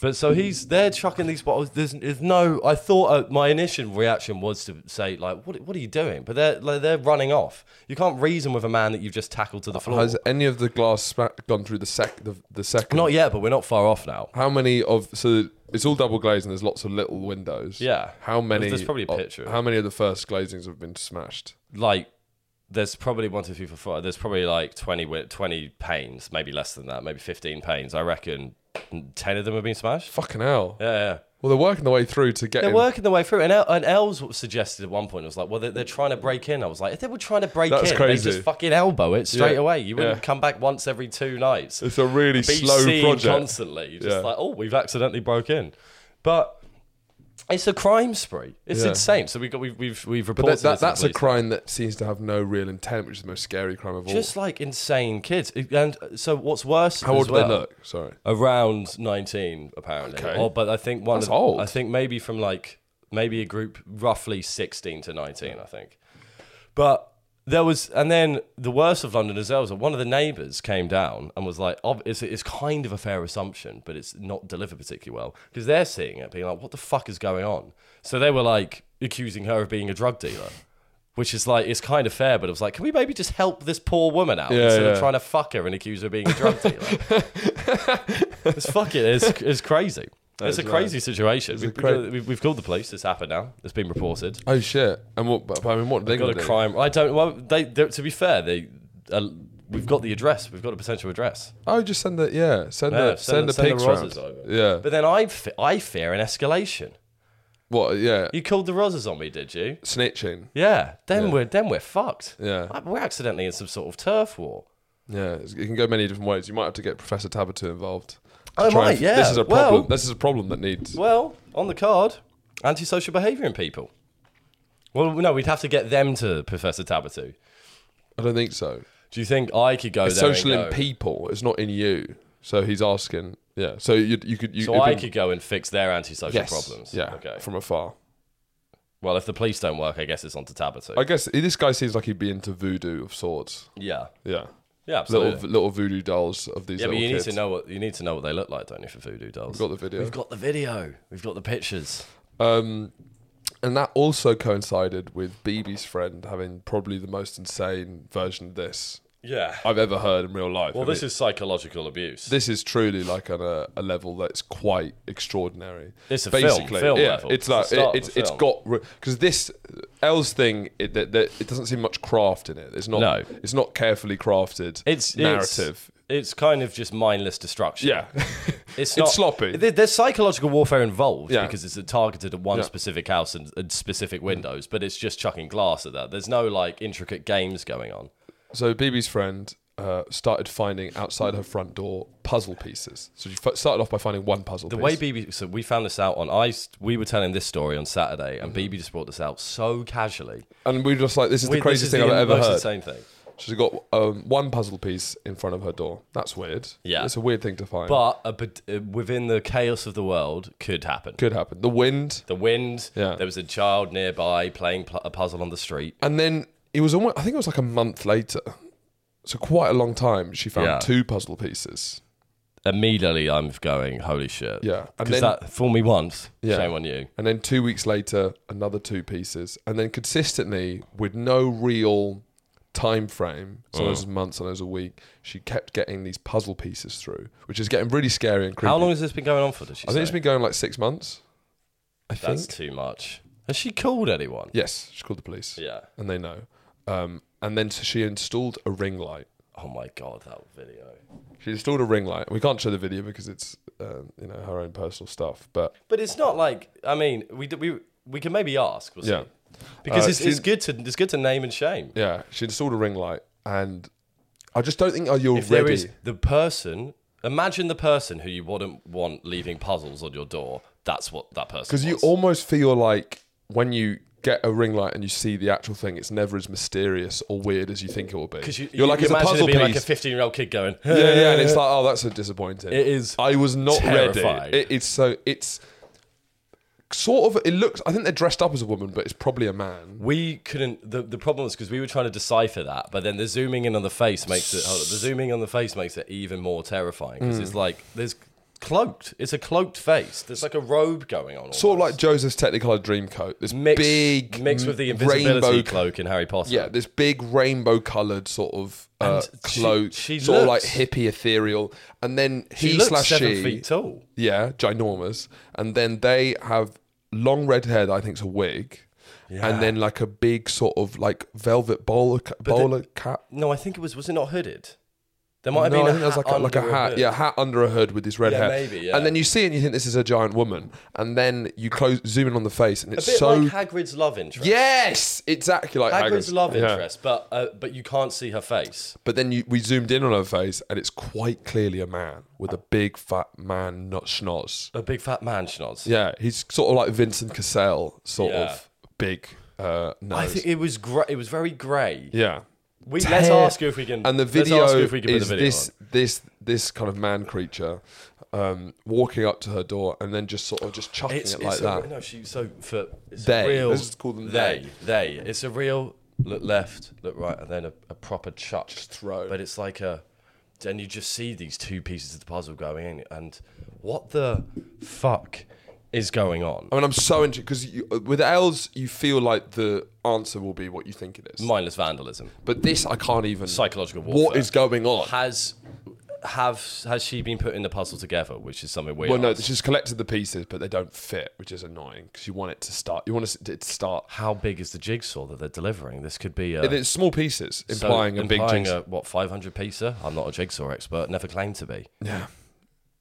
Speaker 3: but so he's, they're chucking these bottles. There's, there's no, I thought uh, my initial reaction was to say, like, what, what are you doing? But they're, like, they're running off. You can't reason with a man that you've just tackled to the floor.
Speaker 2: Uh, Has any of the glass sma- gone through the sec the, the second?
Speaker 3: Not e- yet, but we're not far off now.
Speaker 2: How many of so it's all double glazed and there's lots of little windows.
Speaker 3: Yeah.
Speaker 2: How many?
Speaker 3: There's probably a
Speaker 2: of-
Speaker 3: picture.
Speaker 2: How many of the first glazings have been smashed?
Speaker 3: like there's probably one, two, three, four, five. There's probably like 20, wi- 20 panes, maybe less than that, maybe 15 panes. I reckon 10 of them have been smashed.
Speaker 2: Fucking hell.
Speaker 3: Yeah, yeah.
Speaker 2: Well, they're working their way through to get.
Speaker 3: They're
Speaker 2: in.
Speaker 3: working their way through. And, El- and Els suggested at one point, it was like, well, they're, they're trying to break in. I was like, if they were trying to break
Speaker 2: That's
Speaker 3: in,
Speaker 2: crazy.
Speaker 3: they just fucking elbow it straight
Speaker 2: Yeah,
Speaker 3: away. You wouldn't
Speaker 2: yeah.
Speaker 3: come back once every two nights.
Speaker 2: It's a really
Speaker 3: be
Speaker 2: slow
Speaker 3: seen
Speaker 2: project.
Speaker 3: constantly. You're just
Speaker 2: Yeah.
Speaker 3: like, oh, we've accidentally broke in. But it's a crime spree. It's
Speaker 2: Yeah.
Speaker 3: insane. So we got, we've, we've, we've
Speaker 2: But
Speaker 3: reported
Speaker 2: that, that,
Speaker 3: this to the
Speaker 2: that's a
Speaker 3: police.
Speaker 2: crime that seems to have no real intent, which is the most scary crime of all.
Speaker 3: just like insane kids. And uh, so what's worse?
Speaker 2: How old
Speaker 3: as
Speaker 2: do they
Speaker 3: well-
Speaker 2: look? Sorry.
Speaker 3: Around nineteen, apparently.
Speaker 2: Okay.
Speaker 3: Oh, but I think one.
Speaker 2: That's
Speaker 3: of,
Speaker 2: old.
Speaker 3: I think maybe from like maybe a group roughly sixteen to nineteen. I think. But there was, and then the worst of London as well was that one of the neighbours came down and was like, ob- it's, it's kind of a fair assumption, but it's not delivered particularly well because they're seeing it, being like, what the fuck is going on? So they were like accusing her of being a drug dealer, which is like, it's kind of fair, but it was like, can we maybe just help this poor woman out
Speaker 2: Yeah,
Speaker 3: instead
Speaker 2: yeah.
Speaker 3: of trying to fuck her and accuse her of being a drug dealer? it's fucking, it's, it's crazy. it's a
Speaker 2: is
Speaker 3: crazy situation. We've,
Speaker 2: cra-
Speaker 3: we've, we've called the police. This happened now. It's been reported
Speaker 2: Oh shit! And what? But, but I mean, what? They
Speaker 3: got a
Speaker 2: gonna do?
Speaker 3: crime. I don't. Well, they, they to be fair, they uh, we've got the address. We've got a potential address.
Speaker 2: Oh, just send the yeah, send
Speaker 3: Yeah,
Speaker 2: the send,
Speaker 3: send-
Speaker 2: the
Speaker 3: send the
Speaker 2: pigs
Speaker 3: Rozzers
Speaker 2: round.
Speaker 3: over.
Speaker 2: Yeah.
Speaker 3: But then I fe- I fear an escalation.
Speaker 2: what? Yeah.
Speaker 3: You called the Rozzers on me, did you?
Speaker 2: Snitching.
Speaker 3: Yeah. Then we're then we're fucked.
Speaker 2: Yeah.
Speaker 3: I- we're accidentally in some sort of turf war.
Speaker 2: Yeah. It's- It can go many different ways. You might have to get Professor Tabatu involved.
Speaker 3: Oh, I
Speaker 2: Try and-
Speaker 3: might, yeah.
Speaker 2: This is a
Speaker 3: Well-
Speaker 2: problem. this is a problem that needs.
Speaker 3: Well, on the card, antisocial behaviour in people. Well, no, we'd have to get them to Professor Tabatu.
Speaker 2: I don't think so.
Speaker 3: Do you think I could go
Speaker 2: It's
Speaker 3: there?
Speaker 2: social
Speaker 3: and
Speaker 2: in
Speaker 3: go-
Speaker 2: people. It's not in you. So he's asking. Yeah. So you you could you.
Speaker 3: So
Speaker 2: it'd
Speaker 3: I
Speaker 2: been-
Speaker 3: could go and fix their antisocial
Speaker 2: yes,
Speaker 3: problems.
Speaker 2: Yeah.
Speaker 3: Okay.
Speaker 2: From afar.
Speaker 3: Well, if the police don't work, I guess it's onto Tabatu.
Speaker 2: I guess this guy seems like he'd be into voodoo of sorts.
Speaker 3: yeah.
Speaker 2: Yeah.
Speaker 3: Yeah, absolutely.
Speaker 2: Little little voodoo dolls of these.
Speaker 3: yeah, but
Speaker 2: little
Speaker 3: you
Speaker 2: kids.
Speaker 3: need to know what you need to know what they look like, don't you, for voodoo dolls?
Speaker 2: Got the video.
Speaker 3: We've got the video. We've got the pictures.
Speaker 2: Um, and that also coincided with BB's friend having probably the most insane version of this
Speaker 3: Yeah.
Speaker 2: I've ever heard in real life.
Speaker 3: Well,
Speaker 2: I
Speaker 3: this
Speaker 2: mean,
Speaker 3: is psychological abuse.
Speaker 2: this is truly like on a, a level that's quite extraordinary.
Speaker 3: It's a film- film level.
Speaker 2: It's
Speaker 3: It's the
Speaker 2: like
Speaker 3: start
Speaker 2: it,
Speaker 3: of
Speaker 2: it's
Speaker 3: a
Speaker 2: it's
Speaker 3: film.
Speaker 2: got because this L's thing it that, that- it doesn't seem much craft in it. It's not
Speaker 3: No.
Speaker 2: it's not carefully crafted
Speaker 3: It's- it's-
Speaker 2: narrative.
Speaker 3: it's kind of just mindless destruction.
Speaker 2: Yeah.
Speaker 3: It's,
Speaker 2: It's
Speaker 3: not,
Speaker 2: sloppy.
Speaker 3: there- There's psychological warfare involved
Speaker 2: Yeah.
Speaker 3: because it's targeted at one
Speaker 2: Yeah.
Speaker 3: specific house and, and specific windows, but it's just chucking glass at that. There's no like intricate games going on.
Speaker 2: so BB's friend uh, started finding outside her front door puzzle pieces. So she f- started off by finding one puzzle
Speaker 3: The
Speaker 2: piece.
Speaker 3: way BB, so we found this out on I. We were telling this story on Saturday,
Speaker 2: Mm-hmm.
Speaker 3: and BB just brought this out so casually.
Speaker 2: and we were just like, this is
Speaker 3: We-
Speaker 2: the
Speaker 3: this
Speaker 2: craziest
Speaker 3: is
Speaker 2: thing I've ever
Speaker 3: most
Speaker 2: heard.
Speaker 3: Insane thing.
Speaker 2: She's got um, one puzzle piece in front of her door. That's weird.
Speaker 3: Yeah.
Speaker 2: It's a weird thing to find.
Speaker 3: But a, bit- uh, within the chaos of the world, could happen.
Speaker 2: Could happen. The wind.
Speaker 3: The wind.
Speaker 2: Yeah.
Speaker 3: There was a child nearby playing pl- a puzzle on the street.
Speaker 2: And then it was almost, I think it was like a month later. So quite a long time, she found
Speaker 3: Yeah.
Speaker 2: two puzzle pieces.
Speaker 3: Immediately, I'm going, holy shit.
Speaker 2: Yeah. And then,
Speaker 3: Because that fooled me once.
Speaker 2: Yeah.
Speaker 3: Shame on you.
Speaker 2: and then two weeks later, another two pieces. And then consistently, with no real time frame,
Speaker 3: Mm.
Speaker 2: sometimes it was months, sometimes it was a week, she kept getting these puzzle pieces through, which is getting really scary and creepy.
Speaker 3: How long has this been going on for? Did she
Speaker 2: I
Speaker 3: say?
Speaker 2: think it's been going like six months. I
Speaker 3: That's
Speaker 2: think.
Speaker 3: too much. Has she called anyone?
Speaker 2: yes, she called the police.
Speaker 3: Yeah.
Speaker 2: And they know. Um, and then so she installed a ring light.
Speaker 3: Oh my god, that video.
Speaker 2: She installed a ring light. We can't show the video because it's um, you know her own personal stuff. But
Speaker 3: But it's not like I mean, we d- we we can maybe ask. We'll see.
Speaker 2: Yeah.
Speaker 3: Because
Speaker 2: Uh,
Speaker 3: it's,
Speaker 2: she-
Speaker 3: it's good to it's good to name and shame.
Speaker 2: yeah, she installed a ring light, and I just don't think oh, you're
Speaker 3: If there
Speaker 2: ready.
Speaker 3: is the person, imagine the person who you wouldn't want leaving puzzles on your door. That's what that person.
Speaker 2: because you
Speaker 3: was.
Speaker 2: almost feel like when you get a ring light and you see the actual thing, it's never as mysterious or weird as you think it will be.
Speaker 3: 'Cause you,
Speaker 2: are like it's a
Speaker 3: imagine
Speaker 2: puzzle
Speaker 3: it
Speaker 2: piece.
Speaker 3: being like a fifteen-year-old kid going,
Speaker 2: yeah, yeah, and it's like oh, that's so disappointing.
Speaker 3: It is
Speaker 2: I was not
Speaker 3: terrifying.
Speaker 2: ready. It, it's so it's sort of it looks. I think they're dressed up as a woman, but it's probably a man.
Speaker 3: We couldn't. The, the problem was because we were trying to decipher that, but then the zooming in on the face makes it. Hold on, the zooming on the face makes it even more terrifying because
Speaker 2: Mm.
Speaker 3: it's like there's cloaked. It's a cloaked face. There's like a robe going on.
Speaker 2: Sort of
Speaker 3: almost.
Speaker 2: like Joseph's Technicolor Dreamcoat. This
Speaker 3: mixed,
Speaker 2: big
Speaker 3: mixed with the
Speaker 2: m-
Speaker 3: invisibility
Speaker 2: rainbow
Speaker 3: cloak in Harry Potter.
Speaker 2: Yeah, this big rainbow coloured sort of uh,
Speaker 3: And she-
Speaker 2: cloak,
Speaker 3: she
Speaker 2: sort
Speaker 3: looks-
Speaker 2: of like hippie ethereal, and then he
Speaker 3: she looks
Speaker 2: slash E
Speaker 3: seven
Speaker 2: she,
Speaker 3: feet tall.
Speaker 2: yeah, ginormous, and then they have long red hair that I think's a wig,
Speaker 3: Yeah.
Speaker 2: and then like a big sort of like velvet bowler ca- bowler cap.
Speaker 3: No, I think it was. Was it not hooded? There might have
Speaker 2: No, I
Speaker 3: been
Speaker 2: think
Speaker 3: a
Speaker 2: that's
Speaker 3: hat
Speaker 2: like a, like a
Speaker 3: under
Speaker 2: hat,
Speaker 3: hood.
Speaker 2: yeah, hat under a hood with this red hair.
Speaker 3: Yeah, maybe, yeah.
Speaker 2: And then you see it and you think this is a giant woman, and then you close zoom in on the face, and
Speaker 3: A
Speaker 2: it's
Speaker 3: bit
Speaker 2: so
Speaker 3: like Hagrid's love interest.
Speaker 2: yes, exactly like
Speaker 3: Hagrid's, love
Speaker 2: Yeah.
Speaker 3: interest, but uh, but you can't see her face.
Speaker 2: But then you, we zoomed in on her face, and it's quite clearly a man with
Speaker 3: Uh,
Speaker 2: a big fat man not schnoz.
Speaker 3: A big fat man schnoz.
Speaker 2: Yeah, he's sort of like Vincent Cassell, sort of big uh, nose.
Speaker 3: I think it was gra- it was very grey.
Speaker 2: yeah.
Speaker 3: We, let's
Speaker 2: Tear-
Speaker 3: ask you if we can.
Speaker 2: And the
Speaker 3: let's
Speaker 2: video
Speaker 3: ask you if we can put
Speaker 2: is
Speaker 3: the video
Speaker 2: this
Speaker 3: on.
Speaker 2: this this kind of man creature um, walking up to her door and then just sort of just chucking
Speaker 3: It's,
Speaker 2: it
Speaker 3: it's
Speaker 2: like
Speaker 3: a,
Speaker 2: that.
Speaker 3: No, she. So for it's
Speaker 2: They.
Speaker 3: A real,
Speaker 2: Let's just call them
Speaker 3: they. They. It's a real look left, look right, and then a, a proper chuck. Just
Speaker 2: throw.
Speaker 3: But it's like a. Then you just see these two pieces of the puzzle going in, and what the fuck is going on?
Speaker 2: I mean, I'm so into because with L's you feel like the answer will be what you think it is,
Speaker 3: Mindless vandalism,
Speaker 2: but this I can't even.
Speaker 3: psychological warfare.
Speaker 2: What is going on?
Speaker 3: has have has she been putting the puzzle together? Which is something we.
Speaker 2: Well, no,
Speaker 3: asked.
Speaker 2: she's collected the pieces, but they don't fit, which is annoying because you want it to start. You want it to start.
Speaker 3: How big is the jigsaw that they're delivering? This could be. A,
Speaker 2: And it's small pieces,
Speaker 3: So
Speaker 2: implying a big
Speaker 3: implying
Speaker 2: jigsaw.
Speaker 3: a, what 500 piecer i'm not a jigsaw expert never claimed to be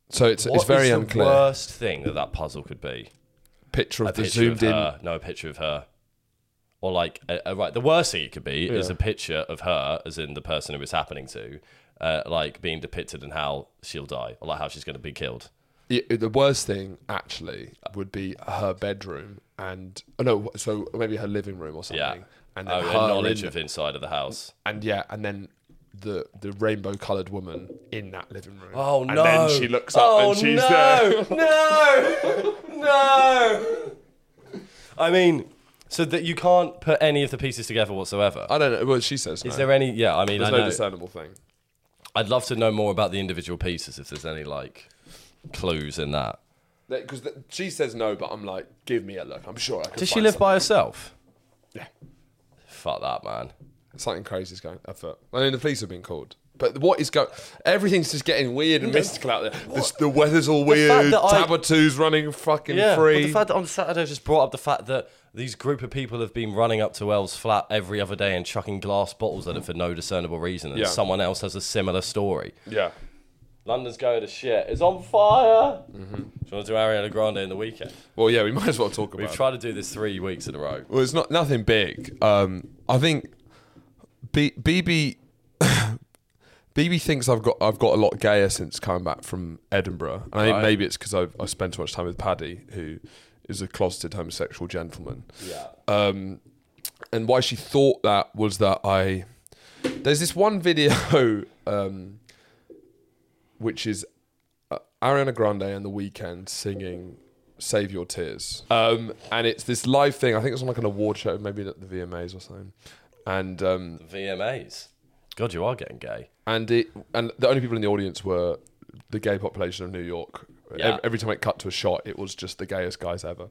Speaker 2: so it's
Speaker 3: What
Speaker 2: it's very
Speaker 3: is the
Speaker 2: unclear.
Speaker 3: worst thing that that puzzle could be
Speaker 2: Picture of
Speaker 3: a
Speaker 2: the
Speaker 3: picture
Speaker 2: zoomed
Speaker 3: of
Speaker 2: in.
Speaker 3: her no a picture of her or like uh, uh, right the worst thing it could be is a picture of her as in the person who it's happening to uh, like being depicted and how she'll die or like how she's going to be killed
Speaker 2: y- the worst thing actually would be her bedroom and oh no, so maybe her living room or something.
Speaker 3: yeah
Speaker 2: And
Speaker 3: oh,
Speaker 2: then
Speaker 3: a
Speaker 2: her
Speaker 3: knowledge
Speaker 2: in-
Speaker 3: of inside of the house
Speaker 2: and yeah, and then the the rainbow coloured woman in that living room.
Speaker 3: Oh
Speaker 2: and
Speaker 3: no!
Speaker 2: And then she looks up
Speaker 3: oh,
Speaker 2: and she's
Speaker 3: no!
Speaker 2: there.
Speaker 3: No! No! I mean, so that you can't put any of the pieces together whatsoever.
Speaker 2: I don't know what she says.
Speaker 3: Is
Speaker 2: no.
Speaker 3: there any? Yeah, I mean, I
Speaker 2: There's no
Speaker 3: know-
Speaker 2: discernible thing.
Speaker 3: I'd love to know more about the individual pieces. If there's any like clues in that.
Speaker 2: Because she says no, but I'm like, give me a look. I'm sure I can.
Speaker 3: Does she
Speaker 2: find
Speaker 3: live
Speaker 2: something.
Speaker 3: by herself?
Speaker 2: Yeah.
Speaker 3: Fuck that, man.
Speaker 2: Something crazy is going afoot. I mean, the police have been called. But what is going? Everything's just getting weird and mystical out there. This, the weather's all
Speaker 3: fact
Speaker 2: weird.
Speaker 3: that I-
Speaker 2: Tabatoo's running fucking
Speaker 3: But
Speaker 2: free.
Speaker 3: the fact that on Saturday I just brought up the fact that these group of people have been running up to Elle's flat every other day and chucking glass bottles at it for no discernible reason, and
Speaker 2: Yeah.
Speaker 3: someone else has a similar story.
Speaker 2: yeah.
Speaker 3: London's going to shit. It's on fire. Do you want to do Ariana Grande in the weekend?
Speaker 2: Well, yeah, we might as well talk
Speaker 3: We've
Speaker 2: about. it.
Speaker 3: tried to do this three weeks in a row.
Speaker 2: Well, it's not nothing big. Um, I think B- BB BB thinks I've got I've got a lot gayer since coming back from Edinburgh, and I think
Speaker 3: Right.
Speaker 2: maybe it's because I I spent too much time with Paddy, who is a closeted homosexual gentleman.
Speaker 3: Yeah.
Speaker 2: Um, and why she thought that was that I there's this one video um, which is uh, Ariana Grande and The Weeknd singing "Save Your Tears," um, and it's this live thing. I think it's on like an award show, maybe at the VMAs or something. And um,
Speaker 3: VMAs. God, you are getting gay.
Speaker 2: and it and the only people in the audience were the gay population of New York. Ev-
Speaker 3: Yeah.
Speaker 2: Every time it cut to a shot, it was just the gayest guys ever.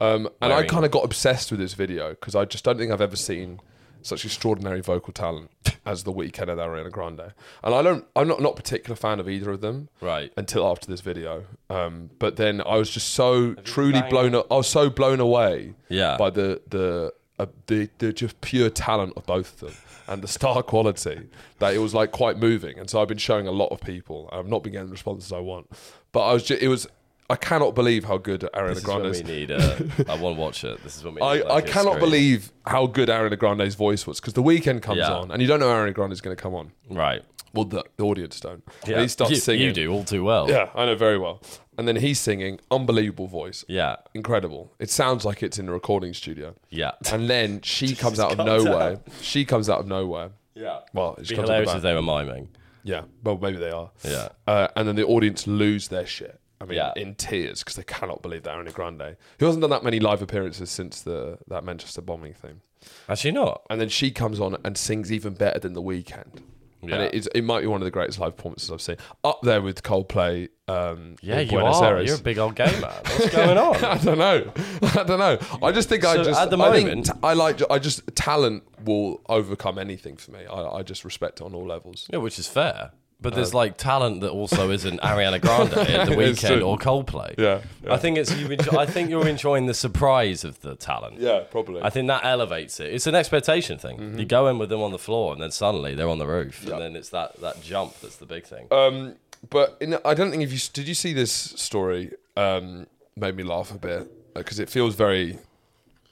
Speaker 2: Um, and I
Speaker 3: Wearing-
Speaker 2: kind of got obsessed with this video because I just don't think I've ever seen such extraordinary vocal talent as the Weekend and Ariana Grande. And I don't, I'm not not a particular fan of either of them
Speaker 3: Right.
Speaker 2: until after this video. Um, but then I was just so truly
Speaker 3: bang-
Speaker 2: blown. a- I was so blown away
Speaker 3: Yeah.
Speaker 2: by the the, uh, the the just pure talent of both of them and the star quality that it was like quite moving. And so I've been showing a lot of people. I've not been getting the responses I want, but I was just, it was. I cannot believe how good Ariana
Speaker 3: This is
Speaker 2: Grande
Speaker 3: when
Speaker 2: is.
Speaker 3: we need. Uh, I want to watch it. This is when we.
Speaker 2: I,
Speaker 3: Need,
Speaker 2: I
Speaker 3: like, a
Speaker 2: cannot
Speaker 3: screen.
Speaker 2: believe how good Ariana Grande's voice was because the weekend comes
Speaker 3: Yeah.
Speaker 2: on and you don't know Ariana Grande's going to come on.
Speaker 3: Right.
Speaker 2: Well, the, the audience don't.
Speaker 3: Yeah.
Speaker 2: And he starts
Speaker 3: you,
Speaker 2: singing.
Speaker 3: You do all too well.
Speaker 2: Yeah, I know very well. And then he's singing, unbelievable voice,
Speaker 3: Yeah.
Speaker 2: incredible. It sounds like it's in a recording studio.
Speaker 3: Yeah.
Speaker 2: And then she comes out of
Speaker 3: comes out.
Speaker 2: nowhere. She comes out of nowhere.
Speaker 3: Yeah.
Speaker 2: Well, she
Speaker 3: It'd be
Speaker 2: comes out of
Speaker 3: hilarious
Speaker 2: the
Speaker 3: if
Speaker 2: back.
Speaker 3: they were miming.
Speaker 2: Yeah. Well, maybe they are.
Speaker 3: Yeah.
Speaker 2: Uh, and then the audience lose their shit. I mean,
Speaker 3: Yeah.
Speaker 2: in tears because they cannot believe that Ariana Grande, who hasn't done that many live appearances since the that Manchester bombing thing.
Speaker 3: Actually, not.
Speaker 2: And then she comes on and sings even better than The Weeknd.
Speaker 3: Yeah.
Speaker 2: And it, is, it might be one of the greatest live performances I've seen. Up there with Coldplay. Um,
Speaker 3: Yeah,
Speaker 2: in
Speaker 3: you
Speaker 2: Buenos
Speaker 3: are.
Speaker 2: Aires.
Speaker 3: You're a big old gay man. What's going on?
Speaker 2: I don't know. I don't know. I just think I
Speaker 3: So
Speaker 2: just
Speaker 3: at the
Speaker 2: I think
Speaker 3: moment-
Speaker 2: t- I like I just talent will overcome anything for me. I, I just respect it on all levels.
Speaker 3: yeah, which is fair. But there's like talent that also isn't Ariana Grande at the
Speaker 2: Uh, It's
Speaker 3: weekend
Speaker 2: true.
Speaker 3: or Coldplay.
Speaker 2: Yeah,
Speaker 3: I think it's you. Enjoy, I think you're enjoying the surprise of the talent.
Speaker 2: Yeah, Mm-hmm. probably.
Speaker 3: I think that elevates it. It's an expectation thing. You go in with them on the floor, and then suddenly they're on the roof, and then it's that that jump that's the big thing.
Speaker 2: um, but in, I don't think if you s- did you see this story um, made me laugh a bit because it feels very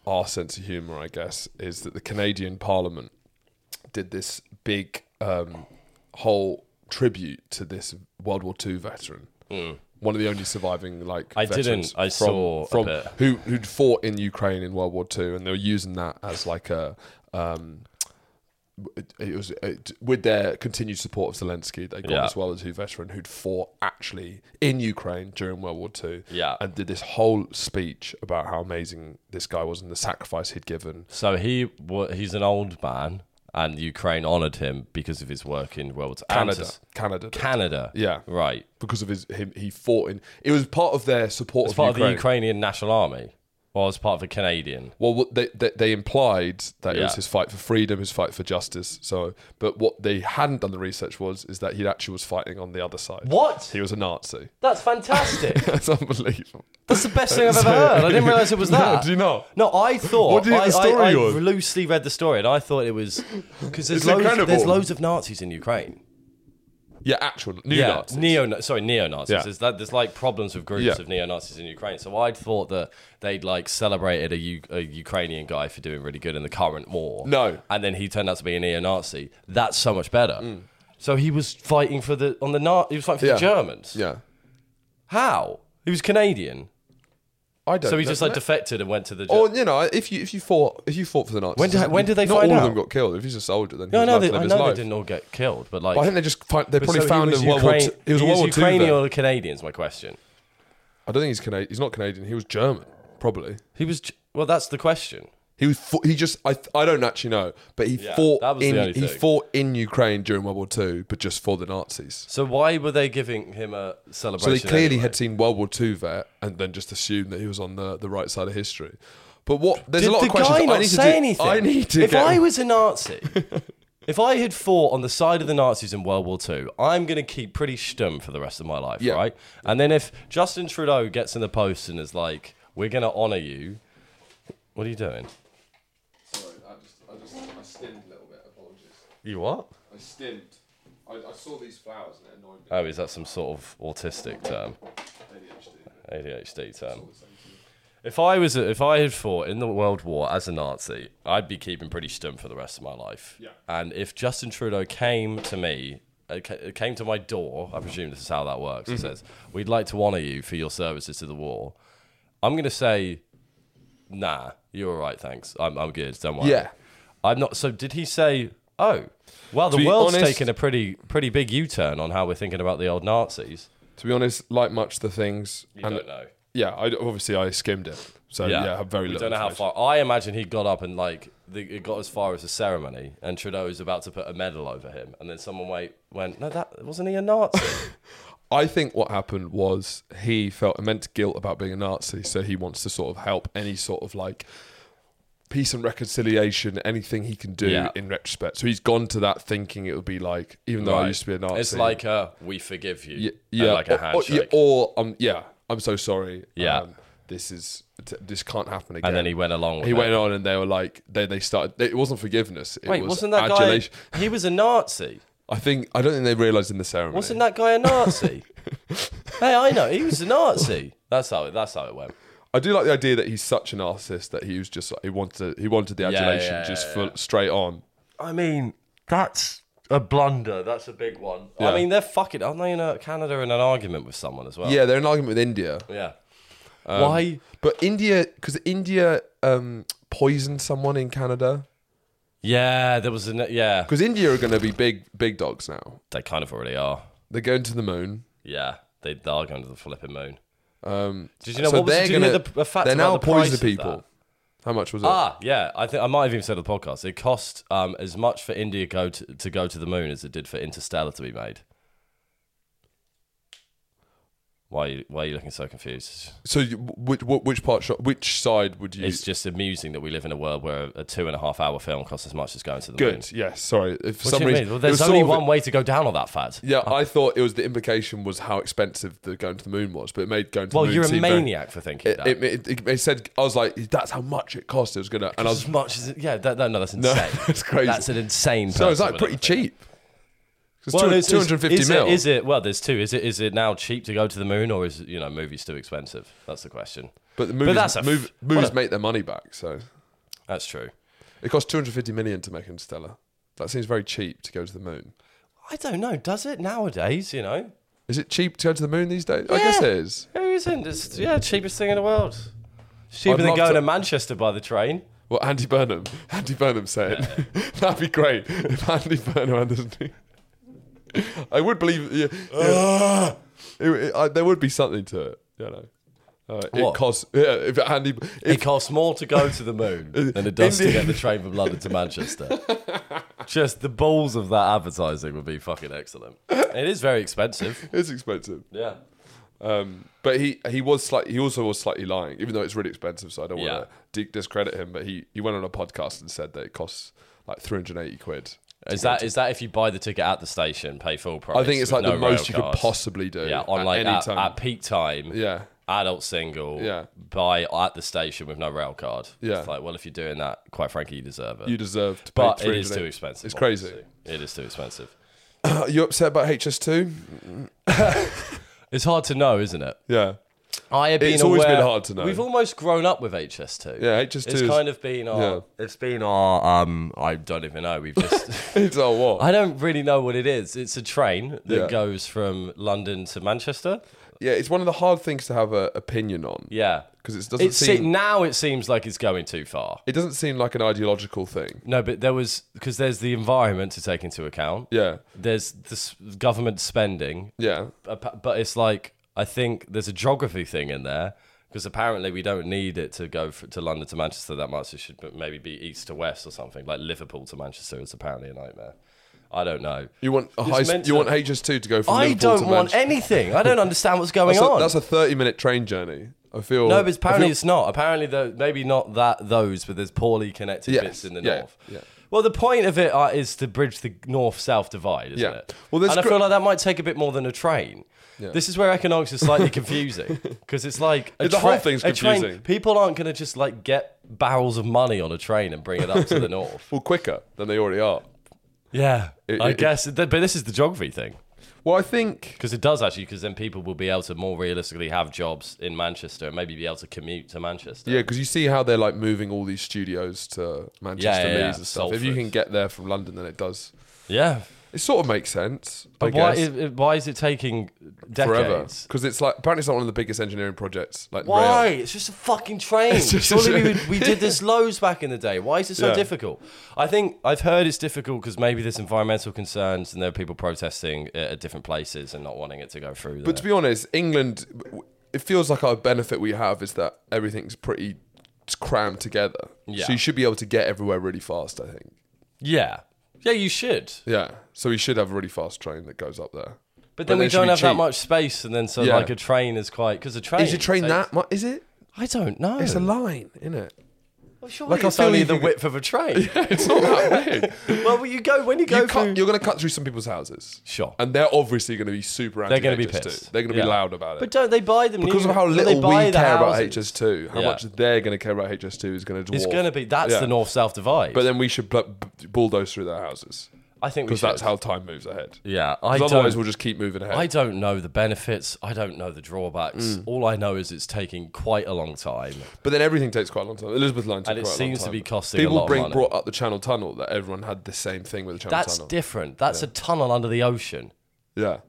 Speaker 2: our sense of humor. I guess is that the Canadian Parliament did this big um, whole tribute to this World War II veteran. One of the only surviving, like
Speaker 3: Hmm. I
Speaker 2: veterans
Speaker 3: didn't. I
Speaker 2: from,
Speaker 3: saw a
Speaker 2: from
Speaker 3: bit.
Speaker 2: who who'd fought in Ukraine in World War II, and they were using that as like a um, it- it was it, with their continued support of Zelensky. They got
Speaker 3: Yeah.
Speaker 2: this World War II veteran who'd fought actually in Ukraine during World War II,
Speaker 3: Yeah.
Speaker 2: and did this whole speech about how amazing this guy was and the sacrifice he'd given.
Speaker 3: so he wa- he's an old man, and Ukraine honoured him because of his work in World War
Speaker 2: Canada, Canada,
Speaker 3: Canada.
Speaker 2: Yeah.
Speaker 3: Right.
Speaker 2: because of his him he fought in. It was part of their support
Speaker 3: As
Speaker 2: of
Speaker 3: part
Speaker 2: Ukraine.
Speaker 3: of the Ukrainian National Army, or as part of the Canadian.
Speaker 2: Well, what they, they they implied that it was
Speaker 3: Yeah.
Speaker 2: his fight for freedom, his fight for justice. So, but what they hadn't done the research was is that he actually was fighting on the other side.
Speaker 3: What?
Speaker 2: He was a Nazi.
Speaker 3: That's fantastic.
Speaker 2: That's unbelievable.
Speaker 3: That's the best thing I've ever heard. I didn't realize it was that.
Speaker 2: No, do you not?
Speaker 3: No, I thought.
Speaker 2: What do you think
Speaker 3: I,
Speaker 2: the story
Speaker 3: I, I
Speaker 2: was?
Speaker 3: loosely read the story, and I thought it was because there's
Speaker 2: It's
Speaker 3: loads,
Speaker 2: incredible.
Speaker 3: there's loads of Nazis in Ukraine.
Speaker 2: Yeah, actual new Nazis.
Speaker 3: neo. Sorry, neo Nazis.
Speaker 2: Yeah.
Speaker 3: There's that. There's like problems with groups
Speaker 2: Yeah.
Speaker 3: of neo Nazis in Ukraine. So I'd thought that they'd like celebrated a, U- a Ukrainian guy for doing really good in the current war.
Speaker 2: No.
Speaker 3: and then he turned out to be a neo Nazi. That's so much better. So he was fighting for the on the Na- he was fighting for
Speaker 2: Mm. Yeah.
Speaker 3: the Germans.
Speaker 2: yeah,
Speaker 3: How? He was Canadian.
Speaker 2: I don't.
Speaker 3: So he
Speaker 2: know,
Speaker 3: just like
Speaker 2: mate.
Speaker 3: defected and went to the. Ger-
Speaker 2: Or you know, if you if you fought if you fought for the Nazis,
Speaker 3: When did- when did they
Speaker 2: not
Speaker 3: find
Speaker 2: all
Speaker 3: out?
Speaker 2: of them got killed. If he's a soldier, then he
Speaker 3: No,
Speaker 2: was
Speaker 3: no,
Speaker 2: allowed
Speaker 3: they,
Speaker 2: to live
Speaker 3: I
Speaker 2: his
Speaker 3: know
Speaker 2: life.
Speaker 3: they didn't all get killed, but like
Speaker 2: But I think they just find, they
Speaker 3: so
Speaker 2: probably
Speaker 3: he
Speaker 2: found
Speaker 3: was
Speaker 2: him World War.
Speaker 3: Ukraine-
Speaker 2: Two. He was a World War Two.
Speaker 3: Ukrainian
Speaker 2: vet.
Speaker 3: or Canadian is my question.
Speaker 2: I don't think he's Canadian. He's not Canadian. He was German, probably.
Speaker 3: He was J- well. That's the question.
Speaker 2: He was fo- he just I I don't actually know, but he
Speaker 3: Yeah, that
Speaker 2: fought
Speaker 3: was the
Speaker 2: in
Speaker 3: only
Speaker 2: he
Speaker 3: thing.
Speaker 2: fought in Ukraine during World War Two, but just for the Nazis.
Speaker 3: So why were they giving him a
Speaker 2: So
Speaker 3: celebration?
Speaker 2: they clearly
Speaker 3: anyway?
Speaker 2: had seen World War Two vet and then just assumed that he was on the, the right side of history. But what there's
Speaker 3: Did
Speaker 2: a lot
Speaker 3: the
Speaker 2: of questions.
Speaker 3: guy
Speaker 2: I
Speaker 3: not
Speaker 2: need
Speaker 3: say
Speaker 2: to do,
Speaker 3: anything?
Speaker 2: I need to
Speaker 3: if
Speaker 2: get
Speaker 3: I was a Nazi If I had fought on the side of the Nazis in World War II, I'm going to keep pretty stum for the rest of my life,
Speaker 2: Yeah.
Speaker 3: right? And then if Justin Trudeau gets in the post and is like, we're going to honour you, what are you doing?
Speaker 2: Sorry, I just, I just, I stimmed a little bit. Apologies.
Speaker 3: You what?
Speaker 2: I stimmed. I, I saw these flowers and it annoyed me.
Speaker 3: Oh, is that some sort of autistic term?
Speaker 2: ADHD.
Speaker 3: ADHD term. If I was, if I had fought in the World War as a Nazi, I'd be keeping pretty stum for the rest of my life.
Speaker 2: Yeah.
Speaker 3: And if Justin Trudeau came to me, uh, ca- uh, came to my door, I presume this is how that works. It says, "We'd like to honour you for your services to the war." I'm gonna say, "Nah, you're all right, thanks. I'm, I'm good. Don't worry."
Speaker 2: Yeah.
Speaker 3: I'm not. So did he say, "Oh, well, the
Speaker 2: be
Speaker 3: world's
Speaker 2: honest-
Speaker 3: taken a pretty, pretty big U-turn on how we're thinking about the old Nazis."
Speaker 2: To be honest, like much the things,
Speaker 3: You
Speaker 2: and
Speaker 3: don't know.
Speaker 2: yeah, I obviously I skimmed it, so Oh, yeah, I have very
Speaker 3: we
Speaker 2: little.
Speaker 3: don't know how
Speaker 2: information.
Speaker 3: far. I imagine he got up and like the, it got as far as the ceremony, and Trudeau was about to put a medal over him, and then someone wait, went, "No, that wasn't he a Nazi?"
Speaker 2: I think what happened was he felt immense guilt about being a Nazi, so he wants to sort of help any sort of like peace and reconciliation, anything he can do
Speaker 3: Yeah.
Speaker 2: in retrospect. So he's gone to that thinking it would be like, even though I used to be a Nazi,
Speaker 3: It's like a "We forgive you,"
Speaker 2: Y-
Speaker 3: yeah,
Speaker 2: yeah,
Speaker 3: like a
Speaker 2: or- or, yeah,
Speaker 3: handshake,
Speaker 2: or um, yeah, I'm so sorry.
Speaker 3: Yeah.
Speaker 2: um, this is t- this can't happen again.
Speaker 3: and then he went along. With
Speaker 2: He
Speaker 3: it.
Speaker 2: went on, and they were like, they they started. It wasn't forgiveness. It
Speaker 3: Wait,
Speaker 2: was
Speaker 3: wasn't that
Speaker 2: adulation.
Speaker 3: guy? He was a Nazi.
Speaker 2: I think I don't think they realized in the ceremony.
Speaker 3: Wasn't that guy a Nazi? hey, I know he was a Nazi. That's how. It, that's how it went.
Speaker 2: I do like the idea that he's such an artist that he was just he wanted he wanted the
Speaker 3: yeah,
Speaker 2: adulation
Speaker 3: yeah,
Speaker 2: just
Speaker 3: yeah.
Speaker 2: full, straight on.
Speaker 3: I mean, that's a blunder. That's a big one. I
Speaker 2: Yeah.
Speaker 3: mean, they're fucking. Aren't they in a, Canada in an argument with someone as well?
Speaker 2: Yeah, they're in argument with India,
Speaker 3: Yeah. Um, Why?
Speaker 2: but India because India um, poisoned someone in Canada
Speaker 3: Yeah, there was an yeah.
Speaker 2: because India are going to be big big dogs now.
Speaker 3: They kind of already are.
Speaker 2: They're going to the moon.
Speaker 3: Yeah, they, they are going to the flipping moon.
Speaker 2: Um,
Speaker 3: Did you know
Speaker 2: so
Speaker 3: what was
Speaker 2: they're
Speaker 3: did you know
Speaker 2: gonna-
Speaker 3: the, the fact
Speaker 2: they're
Speaker 3: about
Speaker 2: now
Speaker 3: the price
Speaker 2: poisoning
Speaker 3: of that?
Speaker 2: people. How much was it?
Speaker 3: Ah, yeah. I think I might have even said on the podcast it cost um, as much for India go to, to go to the moon as it did for Interstellar to be made. Why are you, why are you looking so confused?
Speaker 2: So you- which, wh- which part shot? Which side would you?
Speaker 3: It's just amusing that we live in a world where a two and a half hour film costs as much as going to the moon.
Speaker 2: good. Yes. Sorry. If for
Speaker 3: What
Speaker 2: some
Speaker 3: do you
Speaker 2: reason
Speaker 3: mean? Well,
Speaker 2: it
Speaker 3: there's
Speaker 2: was
Speaker 3: only
Speaker 2: sort of-
Speaker 3: one way to go down on that fact.
Speaker 2: Yeah, I thought it was the implication was how expensive the going to the moon was, but it made going to
Speaker 3: Well,
Speaker 2: the moon
Speaker 3: you're a
Speaker 2: seem very-
Speaker 3: maniac for thinking
Speaker 2: it,
Speaker 3: that.
Speaker 2: it, it, it, said I was like, that's how much it cost. It was gonna, and I was
Speaker 3: as much as it, yeah, that, that, no, that's insane.
Speaker 2: that's crazy.
Speaker 3: That's an insane.
Speaker 2: so it's
Speaker 3: person,
Speaker 2: like pretty
Speaker 3: whatever.
Speaker 2: cheap. It's
Speaker 3: Well, it's-
Speaker 2: two
Speaker 3: it's-
Speaker 2: hundred fifty
Speaker 3: is
Speaker 2: mil.
Speaker 3: It, is it? Well, there's two. Is it? Is it now cheap to go to the moon, or is you know movies too expensive? That's the question.
Speaker 2: but the movies,
Speaker 3: that's a f-
Speaker 2: mov-
Speaker 3: what
Speaker 2: movies
Speaker 3: a-
Speaker 2: make their money back, so
Speaker 3: That's true.
Speaker 2: it cost two hundred fifty million to make Interstellar. That seems very cheap to go to the moon.
Speaker 3: I don't know. Does it nowadays? You know,
Speaker 2: Is it cheap to go to the moon these days? I guess it
Speaker 3: Yeah.
Speaker 2: is.
Speaker 3: who isn't? It's yeah, cheapest thing in the world. It's cheaper
Speaker 2: I'd
Speaker 3: than
Speaker 2: love
Speaker 3: going to...
Speaker 2: to-
Speaker 3: Manchester by the train.
Speaker 2: Well, Andy Burnham, Andy Burnham said that'd be great if Andy Burnham had this. I would believe. Yeah,
Speaker 3: Ah!
Speaker 2: yeah. It- it- I- there would be something to it. You know, uh, it
Speaker 3: What?
Speaker 2: costs. Yeah, if Andy, if
Speaker 3: It costs more to go to the moon than it does to
Speaker 2: India-
Speaker 3: get the train from London to Manchester. Just the balls of that advertising would be fucking excellent. It is very expensive.
Speaker 2: It's expensive,
Speaker 3: Yeah.
Speaker 2: um, but he he was slightly he also was slightly lying, even though it's really expensive. So I don't
Speaker 3: Yeah.
Speaker 2: want to discredit him. But he he went on a podcast and said that it costs like three hundred eighty quid.
Speaker 3: Is that is that if you buy the ticket at the station, pay full price?
Speaker 2: I think it's
Speaker 3: with
Speaker 2: like the
Speaker 3: no rail
Speaker 2: most you could
Speaker 3: cards?
Speaker 2: possibly do.
Speaker 3: Yeah, on
Speaker 2: at
Speaker 3: like
Speaker 2: any
Speaker 3: at,
Speaker 2: time.
Speaker 3: at peak time,
Speaker 2: yeah.
Speaker 3: adult single,
Speaker 2: Yeah.
Speaker 3: buy at the station with no rail card.
Speaker 2: Yeah.
Speaker 3: it's like well, if you're doing that, quite frankly, you deserve it.
Speaker 2: You deserve to pay
Speaker 3: but it is
Speaker 2: 380.
Speaker 3: too expensive.
Speaker 2: It's crazy.
Speaker 3: obviously. It is too expensive.
Speaker 2: Are you upset about HS2?
Speaker 3: It's hard to know, isn't it?
Speaker 2: Yeah.
Speaker 3: I have been
Speaker 2: It's always
Speaker 3: aware-
Speaker 2: been hard to know.
Speaker 3: We've almost grown up with HS2.
Speaker 2: Yeah, HS2
Speaker 3: It's
Speaker 2: is-
Speaker 3: kind of been our. It's been our. Um, I don't even know. We've just.
Speaker 2: It's all what?
Speaker 3: I don't really know what it is. It's a train that
Speaker 2: Yeah.
Speaker 3: goes from London to Manchester.
Speaker 2: yeah, it's one of the hard things to have an opinion on
Speaker 3: Yeah.
Speaker 2: because it doesn't
Speaker 3: It se-
Speaker 2: seem
Speaker 3: now it seems like it's going too far.
Speaker 2: it doesn't seem like an ideological thing.
Speaker 3: No, but there was because there's the environment to take into account.
Speaker 2: Yeah,
Speaker 3: There's this government spending,
Speaker 2: yeah,
Speaker 3: ap- but it's like I think there's a geography thing in there because apparently we don't need it to go f to London to Manchester that much. It should b- maybe be east to west or something. Like Liverpool to Manchester is apparently a nightmare. I don't know.
Speaker 2: you want a high
Speaker 3: meant
Speaker 2: you
Speaker 3: to-
Speaker 2: want HS2 to go from
Speaker 3: I
Speaker 2: Liverpool
Speaker 3: don't
Speaker 2: to
Speaker 3: want
Speaker 2: Manchester.
Speaker 3: anything. I don't understand what's going
Speaker 2: that's,
Speaker 3: on.
Speaker 2: a, that's a thirty minute train journey. I feel
Speaker 3: No, but
Speaker 2: I
Speaker 3: apparently
Speaker 2: feel-
Speaker 3: it's not. Apparently, though, maybe not that those, but there's poorly connected
Speaker 2: Yes,
Speaker 3: bits in the
Speaker 2: yeah,
Speaker 3: north.
Speaker 2: yeah.
Speaker 3: Well, the point of it uh, is to bridge the north-south divide, isn't
Speaker 2: Yeah.
Speaker 3: it?
Speaker 2: Well, there's
Speaker 3: and I
Speaker 2: gr-
Speaker 3: feel like that might take a bit more than a train.
Speaker 2: Yeah.
Speaker 3: This is where economics is slightly confusing because it's like a
Speaker 2: The whole thing's
Speaker 3: a
Speaker 2: confusing.
Speaker 3: people aren't going to just like get barrels of money on a train and bring it up to the north.
Speaker 2: Well, quicker than they already are.
Speaker 3: Yeah,
Speaker 2: It-
Speaker 3: I
Speaker 2: it-
Speaker 3: guess. but this is the geography thing.
Speaker 2: Well, I think
Speaker 3: Because it does actually, because then people will be able to more realistically have jobs in Manchester and maybe be able to commute to Manchester.
Speaker 2: yeah, because you see how they're like moving all these studios to Manchester,
Speaker 3: yeah, yeah.
Speaker 2: Leeds, and stuff. If you
Speaker 3: Salford.
Speaker 2: can get there from London, then it does.
Speaker 3: Yeah.
Speaker 2: It sort of makes sense. I
Speaker 3: But why
Speaker 2: guess.
Speaker 3: is, it- why is it taking
Speaker 2: forever
Speaker 3: decades?
Speaker 2: because it's like apparently it's not one of the biggest engineering projects. Like
Speaker 3: Why?
Speaker 2: rail.
Speaker 3: It's just a fucking train.
Speaker 2: just a
Speaker 3: Surely we,
Speaker 2: train.
Speaker 3: would, we did this loads back in the day. Why is it so
Speaker 2: Yeah.
Speaker 3: difficult? I think I've heard it's difficult because maybe there's environmental concerns and there are people protesting at at different places and not wanting it to go through.
Speaker 2: But to be honest, England, it feels like our benefit we have is that everything's pretty crammed together.
Speaker 3: Yeah.
Speaker 2: So you should be able to get everywhere really fast. I think.
Speaker 3: yeah, yeah, you should.
Speaker 2: Yeah. So we should have a really fast train that goes up there.
Speaker 3: But then
Speaker 2: they
Speaker 3: we
Speaker 2: should
Speaker 3: don't
Speaker 2: be
Speaker 3: have that
Speaker 2: cheap.
Speaker 3: much space, and then so
Speaker 2: Yeah.
Speaker 3: like a train is quite because a train
Speaker 2: Is your train
Speaker 3: takes-
Speaker 2: that much? Is it?
Speaker 3: I don't know.
Speaker 2: It's a line, isn't it?
Speaker 3: Well, surely
Speaker 2: Like, I
Speaker 3: it's
Speaker 2: feel
Speaker 3: only
Speaker 2: you
Speaker 3: the
Speaker 2: could-
Speaker 3: width of a train.
Speaker 2: It's not that big.
Speaker 3: well, when you go when you go
Speaker 2: you
Speaker 3: through.
Speaker 2: cut, you're going to cut through some people's houses.
Speaker 3: Sure.
Speaker 2: And they're obviously going to be super.
Speaker 3: They're gonna be
Speaker 2: anti-HS2.
Speaker 3: pissed.
Speaker 2: They're going to
Speaker 3: Yeah.
Speaker 2: be loud about it.
Speaker 3: but don't they buy them
Speaker 2: because
Speaker 3: new-
Speaker 2: of how
Speaker 3: don't they
Speaker 2: little we
Speaker 3: buy
Speaker 2: care
Speaker 3: the
Speaker 2: about
Speaker 3: houses?
Speaker 2: HS2, how
Speaker 3: Yeah.
Speaker 2: much they're going to care about HS2 is going to dwarf.
Speaker 3: It's going to be that's
Speaker 2: Yeah.
Speaker 3: the north south divide.
Speaker 2: But then we should bl- b- bulldoze through their houses
Speaker 3: I think we
Speaker 2: because
Speaker 3: should.
Speaker 2: that's how time moves ahead.
Speaker 3: Yeah, I
Speaker 2: 'Cause
Speaker 3: don't.
Speaker 2: otherwise, we'll just keep moving ahead.
Speaker 3: I don't know the benefits. I don't know the drawbacks.
Speaker 2: Mm.
Speaker 3: All I know is it's taking quite a long time.
Speaker 2: but then everything takes quite a long time. Elizabeth Line took
Speaker 3: And it
Speaker 2: quite a long
Speaker 3: seems to
Speaker 2: time.
Speaker 3: be costing a
Speaker 2: People
Speaker 3: lot of
Speaker 2: bring,
Speaker 3: money.
Speaker 2: brought up the Channel Tunnel that everyone had the same thing with the Channel
Speaker 3: That's
Speaker 2: Tunnel.
Speaker 3: different. That's a tunnel under the ocean.
Speaker 2: yeah,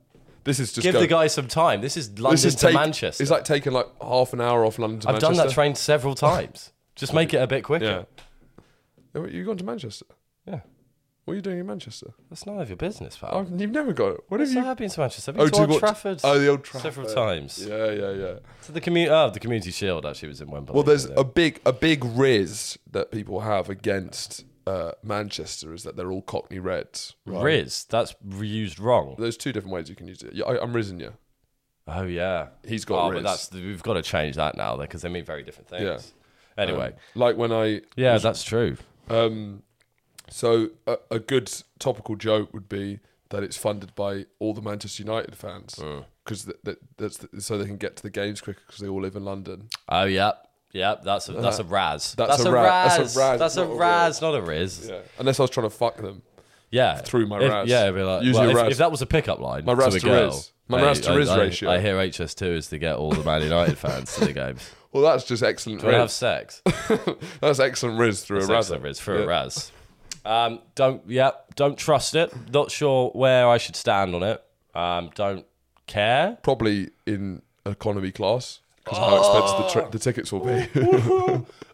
Speaker 2: this is just
Speaker 3: Give
Speaker 2: go-
Speaker 3: the guy some time. This is London
Speaker 2: This is
Speaker 3: to
Speaker 2: take-
Speaker 3: Manchester.
Speaker 2: It's like taking like half an hour off London to
Speaker 3: I've
Speaker 2: Manchester.
Speaker 3: done that train several times. Just make it a bit quicker.
Speaker 2: Yeah. You've gone to Manchester.
Speaker 3: Yeah.
Speaker 2: What are you doing in Manchester?
Speaker 3: That's none of your business, pal.
Speaker 2: Oh, you've never got it. What have
Speaker 3: So
Speaker 2: you?
Speaker 3: I've been to Manchester. I've been
Speaker 2: Oh,
Speaker 3: to
Speaker 2: to
Speaker 3: Old
Speaker 2: what-
Speaker 3: Trafford.
Speaker 2: Oh, the old Trafford.
Speaker 3: several times.
Speaker 2: Yeah, yeah, yeah.
Speaker 3: To the community. Oh, the community shield actually was in Wembley.
Speaker 2: Well, there's
Speaker 3: wasn't
Speaker 2: a big a big riz that people have against uh, Manchester is that they're all Cockney Reds.
Speaker 3: it? Riz. That's re- used wrong.
Speaker 2: There's two different ways you can use it. Yeah, I, I'm rizzing you.
Speaker 3: Oh yeah.
Speaker 2: He's got
Speaker 3: oh,
Speaker 2: Riz.
Speaker 3: but that's we've got to change that now because they mean very different things. Anyway.
Speaker 2: Um, Like when I
Speaker 3: yeah, that's true.
Speaker 2: um, so a, a good topical joke would be that it's funded by all the Manchester United fans
Speaker 3: Hmm.
Speaker 2: because that, that's the, so they can get to the games quicker because they all live in London.
Speaker 3: Oh yeah. Yeah, that's a that's a Raz.
Speaker 2: Uh, that's a ra- that's a Raz,
Speaker 3: That's a
Speaker 2: not a
Speaker 3: Raz, not a Riz. Yeah.
Speaker 2: Unless I was trying to fuck them. Through my
Speaker 3: if,
Speaker 2: Raz.
Speaker 3: Yeah, it'd be like
Speaker 2: Use your
Speaker 3: well, if,
Speaker 2: Raz.
Speaker 3: if that was a pickup line.
Speaker 2: My Raz
Speaker 3: to, a
Speaker 2: to
Speaker 3: girl,
Speaker 2: Riz. My
Speaker 3: hey,
Speaker 2: Raz to
Speaker 3: I-
Speaker 2: Riz
Speaker 3: I-
Speaker 2: ratio.
Speaker 3: I hear HS2 is to get all the Man United fans to the games.
Speaker 2: Well, that's just excellent.
Speaker 3: Do you want to have
Speaker 2: Riz.
Speaker 3: sex?
Speaker 2: That's excellent riz through a
Speaker 3: Sex
Speaker 2: razor.
Speaker 3: over is for a Raz. Um, don't, yeah, don't trust it. Not sure where I should stand on it. Um, don't care.
Speaker 2: Probably in economy class because how expensive the, tri- the tickets will be.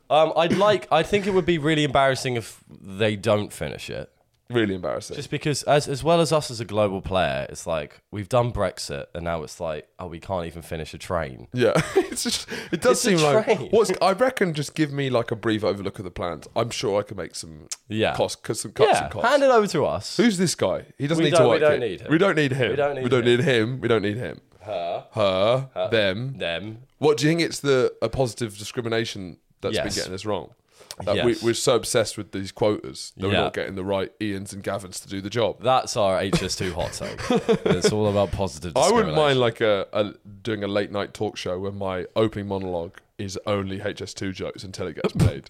Speaker 3: Um, I'd like. I think it would be really embarrassing if they don't finish it.
Speaker 2: really embarrassing.
Speaker 3: Just because, as as well as us as a global player, it's like we've done Brexit, and now it's like, oh, we can't even finish a train.
Speaker 2: yeah, it's just it does
Speaker 3: It's a
Speaker 2: seem like
Speaker 3: train.
Speaker 2: what's I reckon. Just give me like a brief overlook of the plans. I'm sure I can make some
Speaker 3: Yeah.
Speaker 2: cost cause some cuts
Speaker 3: Yeah,
Speaker 2: and costs.
Speaker 3: hand it over to us.
Speaker 2: Who's this guy? He doesn't
Speaker 3: We
Speaker 2: need to
Speaker 3: don't- we
Speaker 2: work.
Speaker 3: don't
Speaker 2: here.
Speaker 3: need him.
Speaker 2: We don't need him.
Speaker 3: We don't need
Speaker 2: we don't
Speaker 3: him.
Speaker 2: need him. We don't need him. Her. Her. Them.
Speaker 3: Them.
Speaker 2: What do you think? It's the a positive discrimination that's
Speaker 3: Yes.
Speaker 2: been getting us wrong. That
Speaker 3: Yes.
Speaker 2: we, we're so obsessed with these quotas that
Speaker 3: Yeah.
Speaker 2: we're not getting the right Ian's and Gavins to do the job.
Speaker 3: That's our HS2 hot take. it's all about positive.
Speaker 2: I wouldn't
Speaker 3: discrimination.
Speaker 2: mind like a, a doing a late night talk show where my opening monologue is only HS2 jokes until it gets made.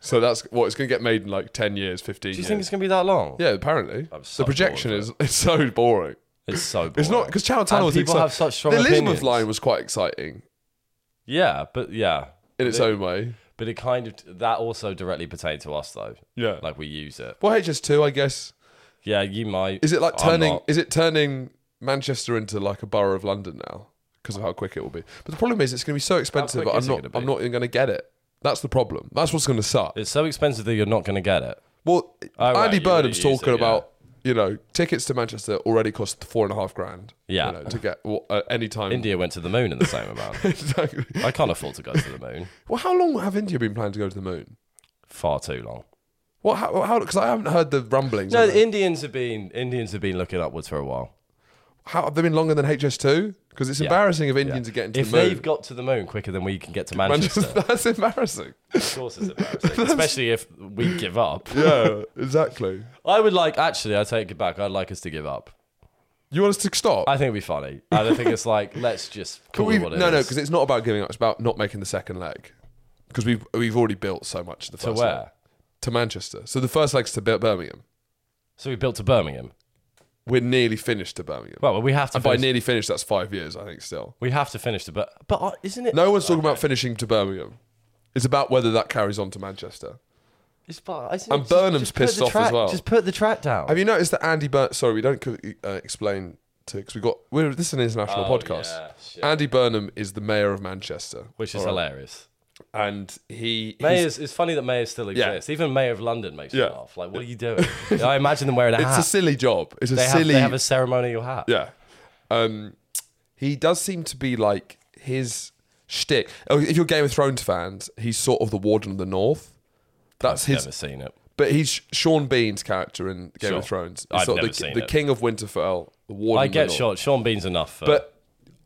Speaker 2: so that's what it's going to get made in like 10 years, 15
Speaker 3: Do you
Speaker 2: years.
Speaker 3: think it's gonna be that long?
Speaker 2: yeah, apparently.
Speaker 3: so
Speaker 2: the projection
Speaker 3: bored
Speaker 2: is it's so boring.
Speaker 3: It's so. Boring.
Speaker 2: It's not because Channel Tunnel
Speaker 3: And
Speaker 2: was
Speaker 3: people
Speaker 2: exci-
Speaker 3: have such strong
Speaker 2: The Elizabeth
Speaker 3: opinions.
Speaker 2: line was quite exciting
Speaker 3: Yeah, but yeah,
Speaker 2: in its own way.
Speaker 3: but it kind of that also directly pertained to us though.
Speaker 2: Yeah.
Speaker 3: like we use it.
Speaker 2: Well, HS2, I guess.
Speaker 3: Yeah, you might.
Speaker 2: Is it like
Speaker 3: I'm
Speaker 2: turning?
Speaker 3: not.
Speaker 2: Is it turning Manchester into like a borough of London now because of how quick it will be? But the problem is, it's going to be so expensive.
Speaker 3: quick
Speaker 2: I'm
Speaker 3: is it
Speaker 2: not.
Speaker 3: gonna be?
Speaker 2: I'm not even going to get it. That's the problem. That's what's going to suck.
Speaker 3: It's so expensive that you're not going to get it.
Speaker 2: Well,
Speaker 3: Oh, right,
Speaker 2: Andy
Speaker 3: you already
Speaker 2: Burnham's
Speaker 3: used it,
Speaker 2: talking
Speaker 3: yeah.
Speaker 2: about you know tickets to Manchester already cost four and a half grand.
Speaker 3: Yeah.
Speaker 2: you know, to get well, uh, any time.
Speaker 3: India went to the moon in the same amount.
Speaker 2: exactly.
Speaker 3: I can't afford to go to the moon.
Speaker 2: Well, how long have India been planning to go to the moon?
Speaker 3: Far too long.
Speaker 2: What? How? Because I haven't heard the rumblings.
Speaker 3: No,
Speaker 2: of it.
Speaker 3: the Indians have been Indians have been looking upwards for a while.
Speaker 2: how have they been longer than HS2? because it's
Speaker 3: Yeah.
Speaker 2: embarrassing if Indians are getting to
Speaker 3: if
Speaker 2: the moon.
Speaker 3: they've got to the moon quicker than we can get to
Speaker 2: Manchester-
Speaker 3: Manchester,
Speaker 2: That's embarrassing.
Speaker 3: of course it's embarrassing. Especially if we give up.
Speaker 2: Yeah, exactly.
Speaker 3: I would like, actually, I take it back. I'd like us to give up.
Speaker 2: You want us to stop?
Speaker 3: I think it'd be funny. I don't think it's like, let's just
Speaker 2: But
Speaker 3: call
Speaker 2: we
Speaker 3: it
Speaker 2: no,
Speaker 3: what it
Speaker 2: no,
Speaker 3: is.
Speaker 2: because it's not about giving up. It's about not making the second leg because we've we've already built so much. The
Speaker 3: to
Speaker 2: first leg.
Speaker 3: where?
Speaker 2: to Manchester. So the first leg's to Bir- Birmingham.
Speaker 3: So we built to Birmingham.
Speaker 2: We're nearly finished to Birmingham.
Speaker 3: Well, we have to.
Speaker 2: and by
Speaker 3: Finish,
Speaker 2: nearly finished, that's five years, I think. Still,
Speaker 3: we have to finish to, but but uh, isn't it?
Speaker 2: no one's talking about finishing to Birmingham. It's about whether that carries on to Manchester.
Speaker 3: It's, but isn't
Speaker 2: And
Speaker 3: it-
Speaker 2: Burnham's
Speaker 3: put
Speaker 2: pissed
Speaker 3: the
Speaker 2: off as
Speaker 3: track,
Speaker 2: well.
Speaker 3: Just put the track down.
Speaker 2: Have you noticed that Andy Burn? Sorry, we don't co- uh, explain to because we got we're this is an international
Speaker 3: Oh,
Speaker 2: podcast.
Speaker 3: yeah, shit.
Speaker 2: Andy Burnham is the mayor of Manchester,
Speaker 3: Which is
Speaker 2: All right.
Speaker 3: hilarious.
Speaker 2: and he he's-
Speaker 3: Mayors, it's funny that mayors still exist. Even mayor of London makes
Speaker 2: Yeah.
Speaker 3: you laugh. Like, what are you doing? I imagine them wearing a
Speaker 2: it's
Speaker 3: hat.
Speaker 2: a silly job. It's a
Speaker 3: they, have,
Speaker 2: silly.
Speaker 3: they have a ceremonial hat.
Speaker 2: Yeah. Um, he does seem to be like his shtick. Oh, If you're Game of Thrones fans, he's sort of the Warden of the North. That's
Speaker 3: I've
Speaker 2: his,
Speaker 3: never seen it.
Speaker 2: but he's Sean Bean's character in Game of
Speaker 3: Sure.
Speaker 2: Thrones. He's
Speaker 3: I've
Speaker 2: sort of
Speaker 3: never
Speaker 2: the,
Speaker 3: seen
Speaker 2: the
Speaker 3: it.
Speaker 2: King of Winterfell, the Warden.
Speaker 3: I
Speaker 2: of the
Speaker 3: get
Speaker 2: North.
Speaker 3: shot. Sean Bean's enough. For,
Speaker 2: But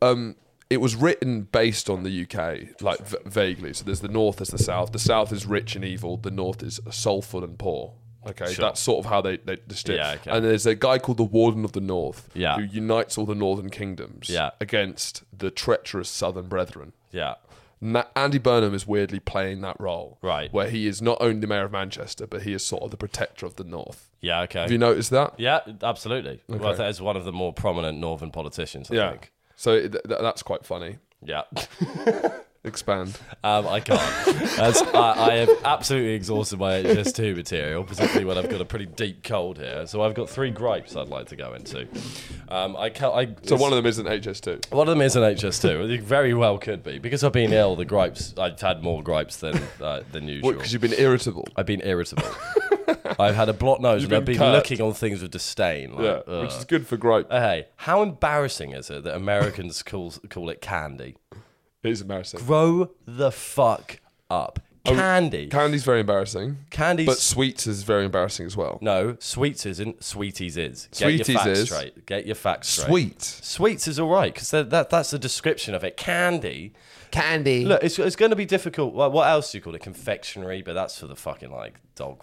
Speaker 2: um, it was written based on the UK, like v- vaguely. So there's the North, there's the South. The South is rich and evil. The North is soulful and poor. Okay, that's sort of how they they distinct.
Speaker 3: Yeah, okay.
Speaker 2: And there's a guy called the Warden of the North,
Speaker 3: Yeah.
Speaker 2: who unites all the Northern kingdoms
Speaker 3: Yeah.
Speaker 2: against the treacherous Southern brethren.
Speaker 3: yeah,
Speaker 2: And that- Andy Burnham is weirdly playing that role,
Speaker 3: Right.
Speaker 2: Where he is not only the mayor of Manchester, but he is sort of the protector of the North.
Speaker 3: yeah, okay.
Speaker 2: Have you noticed that?
Speaker 3: yeah, absolutely. Well, that is one of the more prominent northern politicians. I think.
Speaker 2: So th- th- that's quite funny.
Speaker 3: Yeah,
Speaker 2: Expand.
Speaker 3: um, I can't. That's, I, I have absolutely exhausted my HS2 material, particularly when I've got a pretty deep cold here. So I've got three gripes I'd like to go into. Um, I can I,
Speaker 2: So one of them isn't HS2.
Speaker 3: One of them is an HS2. It very well could be because I've been ill. The gripes I've had more gripes than uh, than usual.
Speaker 2: Because you've been irritable.
Speaker 3: I've been irritable. I've had a blocked nose and I've
Speaker 2: been
Speaker 3: been
Speaker 2: curt.
Speaker 3: looking on things with disdain.
Speaker 2: Yeah,
Speaker 3: Like,
Speaker 2: which
Speaker 3: ugh. Uh,
Speaker 2: is good for gripe.
Speaker 3: hey, how embarrassing is it that Americans call call it candy?
Speaker 2: It is embarrassing.
Speaker 3: Grow the fuck up, candy.
Speaker 2: Candy's very embarrassing,
Speaker 3: Candy's
Speaker 2: Oh, but sweets is very embarrassing as well.
Speaker 3: no sweets isn't. Sweeties is. Get
Speaker 2: Sweeties
Speaker 3: your facts
Speaker 2: is.
Speaker 3: straight. Get your facts straight.
Speaker 2: Sweet.
Speaker 3: Sweets is all right because that that's the description of it. Candy.
Speaker 2: Candy.
Speaker 3: Look, it's, it's going to be difficult. Well, what else do you call it? Confectionery, but that's for the fucking like dog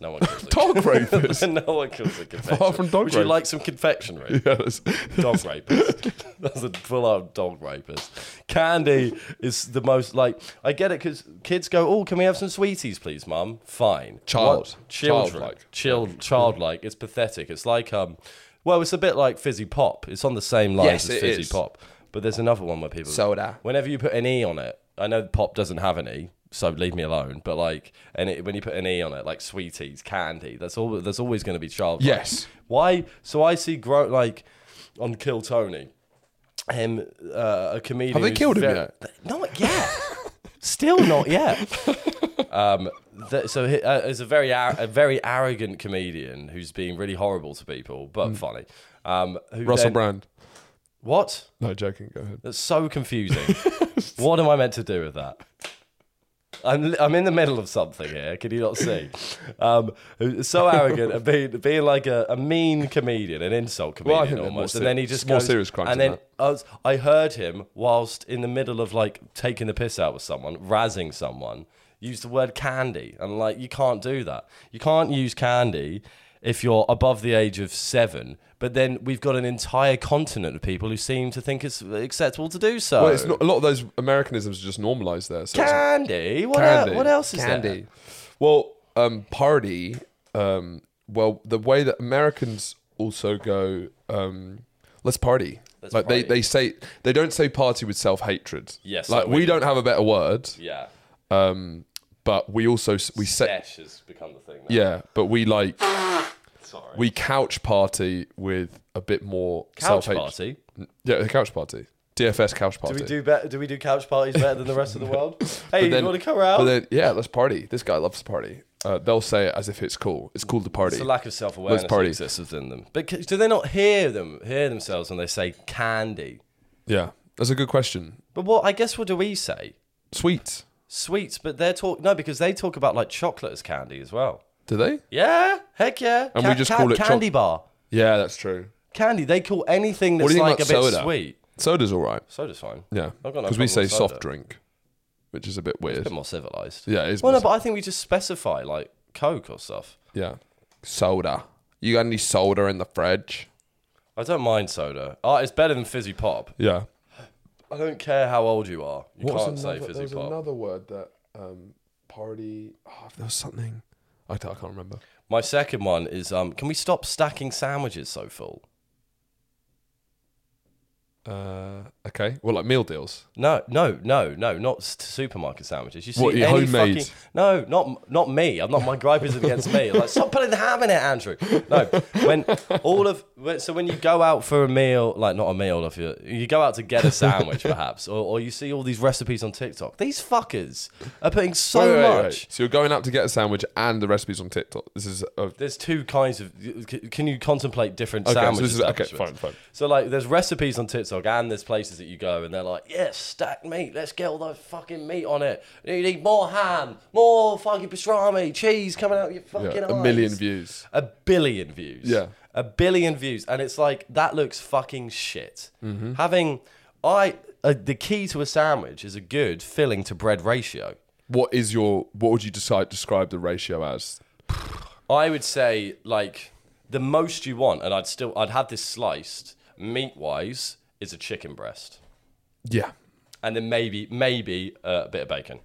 Speaker 3: No one calls it.
Speaker 2: Dog rapists.
Speaker 3: no one calls it confectionery.
Speaker 2: from dog
Speaker 3: Would
Speaker 2: rape.
Speaker 3: you like some confectionery?
Speaker 2: yeah, that's-
Speaker 3: Dog rapist. That's a full on dog rapist. Candy is the most like I get it because kids go, "Oh, can we have some sweeties, please, mum?" Fine.
Speaker 2: Child.
Speaker 3: What? Children.
Speaker 2: Childlike.
Speaker 3: Child. Childlike. It's pathetic. It's like um, well, it's a bit like fizzy pop. It's on the same lines
Speaker 2: Yes,
Speaker 3: as
Speaker 2: it
Speaker 3: fizzy
Speaker 2: is.
Speaker 3: pop, but there's another one where people
Speaker 2: Soda.
Speaker 3: Whenever you put an e on it, I know pop doesn't have an e, so leave me alone. But like, and it, when you put an e on it, like sweeties, candy, that's all. There's always going to be child.
Speaker 2: Yes.
Speaker 3: Why? So I see grow like on Kill Tony, him uh, a comedian.
Speaker 2: Have they
Speaker 3: who's
Speaker 2: killed him
Speaker 3: very-
Speaker 2: yet?
Speaker 3: Not yet. Still not yet. Um, th- so he uh, is a very ar- a very arrogant comedian who's being really horrible to people, but funny. Um, who
Speaker 2: Hmm. Russell
Speaker 3: then-
Speaker 2: Brand.
Speaker 3: What?
Speaker 2: No, joking. Go ahead.
Speaker 3: That's so confusing. what am I meant to do with that? I'm, li- I'm in the middle of something here. Can you not see? Um, who's so arrogant and being, being like a, a mean comedian, an insult comedian
Speaker 2: think they're more
Speaker 3: almost.
Speaker 2: ser-
Speaker 3: and then he just
Speaker 2: more
Speaker 3: goes,
Speaker 2: serious crimes
Speaker 3: And
Speaker 2: than
Speaker 3: then I, was- I heard him whilst in the middle of like taking the piss out with someone, razzing someone, use the word candy. And like, you can't do that. You can't use candy if you're above the age of seven. But then we've got an entire continent of people who seem to think it's acceptable to do so.
Speaker 2: Well, it's not, a lot of those Americanisms are just normalised there. So it's-
Speaker 3: Candy. What,
Speaker 2: candy.
Speaker 3: el- what else is
Speaker 2: candy?
Speaker 3: there?
Speaker 2: Well, um, party. Um, well, the way that Americans also go, um, let's party.
Speaker 3: Let's
Speaker 2: like they
Speaker 3: party.
Speaker 2: they say they don't say party with self hatred.
Speaker 3: Yes,
Speaker 2: like
Speaker 3: like
Speaker 2: we
Speaker 3: we
Speaker 2: don't have a better word.
Speaker 3: Yeah.
Speaker 2: Um, but we also s- we say
Speaker 3: Sesh has become the thing. Now.
Speaker 2: yeah, but we like
Speaker 3: Sorry.
Speaker 2: we couch party with a bit more
Speaker 3: Couch
Speaker 2: self-hatred.
Speaker 3: party.
Speaker 2: Yeah, the couch party. DFS couch party.
Speaker 3: Do we do better? Do we do couch parties better than the rest of the world? Hey,
Speaker 2: then-
Speaker 3: you want to come
Speaker 2: But
Speaker 3: around?
Speaker 2: then, yeah, let's party. This guy loves to party. Uh, they'll say it as if it's cool. It's cool to party.
Speaker 3: It's a lack of self awareness that
Speaker 2: party.
Speaker 3: exists within them. But c- do they not hear them hear themselves when they say candy?
Speaker 2: yeah, that's a good question.
Speaker 3: But what I guess what do we say?
Speaker 2: Sweets,
Speaker 3: Sweets, but they're talk no because they talk about like chocolate as candy as well.
Speaker 2: do they?
Speaker 3: Yeah, heck yeah.
Speaker 2: And we just call it choc-
Speaker 3: candy bar.
Speaker 2: Yeah, that's true.
Speaker 3: Candy. They call anything
Speaker 2: do
Speaker 3: that's
Speaker 2: you think
Speaker 3: like a
Speaker 2: about
Speaker 3: bit
Speaker 2: soda?
Speaker 3: sweet.
Speaker 2: Soda's all right.
Speaker 3: Soda's fine.
Speaker 2: Yeah,
Speaker 3: I've
Speaker 2: because
Speaker 3: got no problem
Speaker 2: we
Speaker 3: with
Speaker 2: say
Speaker 3: soda.
Speaker 2: soft drink, which is a bit
Speaker 3: It's a
Speaker 2: weird.
Speaker 3: bit more civilized.
Speaker 2: Yeah, it is.
Speaker 3: Well, no,
Speaker 2: more-
Speaker 3: but I think we just specify like Coke or stuff.
Speaker 2: yeah, soda. You got any soda in the fridge?
Speaker 3: I don't mind soda. Oh, it's better than fizzy pop.
Speaker 2: Yeah.
Speaker 3: I don't care how old you are. You
Speaker 2: What was
Speaker 3: can't
Speaker 2: another,
Speaker 3: say
Speaker 2: there
Speaker 3: fizzy
Speaker 2: was
Speaker 3: pop.
Speaker 2: another word that um, party. Oh, there was something. I, don't- I can't remember.
Speaker 3: My second one is um, can we stop stacking sandwiches so full?
Speaker 2: Uh, okay. Well, like meal deals.
Speaker 3: No, no, no, no, not s- supermarket sandwiches. You see
Speaker 2: What,
Speaker 3: any
Speaker 2: your homemade?
Speaker 3: fucking no, not not me. I'm not. My gripe is against me. Like, stop putting the ham in it, Andrew. No, when all of when- so when you go out for a meal, like not a meal, if you you go out to get a sandwich, perhaps, or, or you see all these recipes on TikTok. These fuckers are putting so
Speaker 2: Wait, wait, wait,
Speaker 3: much.
Speaker 2: wait. So you're going out to get a sandwich and the recipes on TikTok. This is a, okay.
Speaker 3: There's two kinds of. c- Can you contemplate different
Speaker 2: So
Speaker 3: sandwiches?
Speaker 2: this is okay.
Speaker 3: establishments?
Speaker 2: Fine, fine.
Speaker 3: So like, there's recipes on TikTok, and there's places that you go, and they're like, "Yes, stack meat. Let's get all that fucking meat on it. You need more ham, more fucking pastrami, cheese coming out of your fucking
Speaker 2: Yeah, a
Speaker 3: eyes."
Speaker 2: million views.
Speaker 3: a billion views.
Speaker 2: Yeah.
Speaker 3: a billion views, and it's like that looks fucking shit.
Speaker 2: Mm-hmm.
Speaker 3: Having I uh, the key to a sandwich is a good filling to bread ratio.
Speaker 2: What is your? What would you decide describe the ratio as?
Speaker 3: I would say like the most you want, and I'd still I'd have this sliced meat wise is a chicken breast,
Speaker 2: Yeah,
Speaker 3: and then maybe maybe uh, a bit of bacon.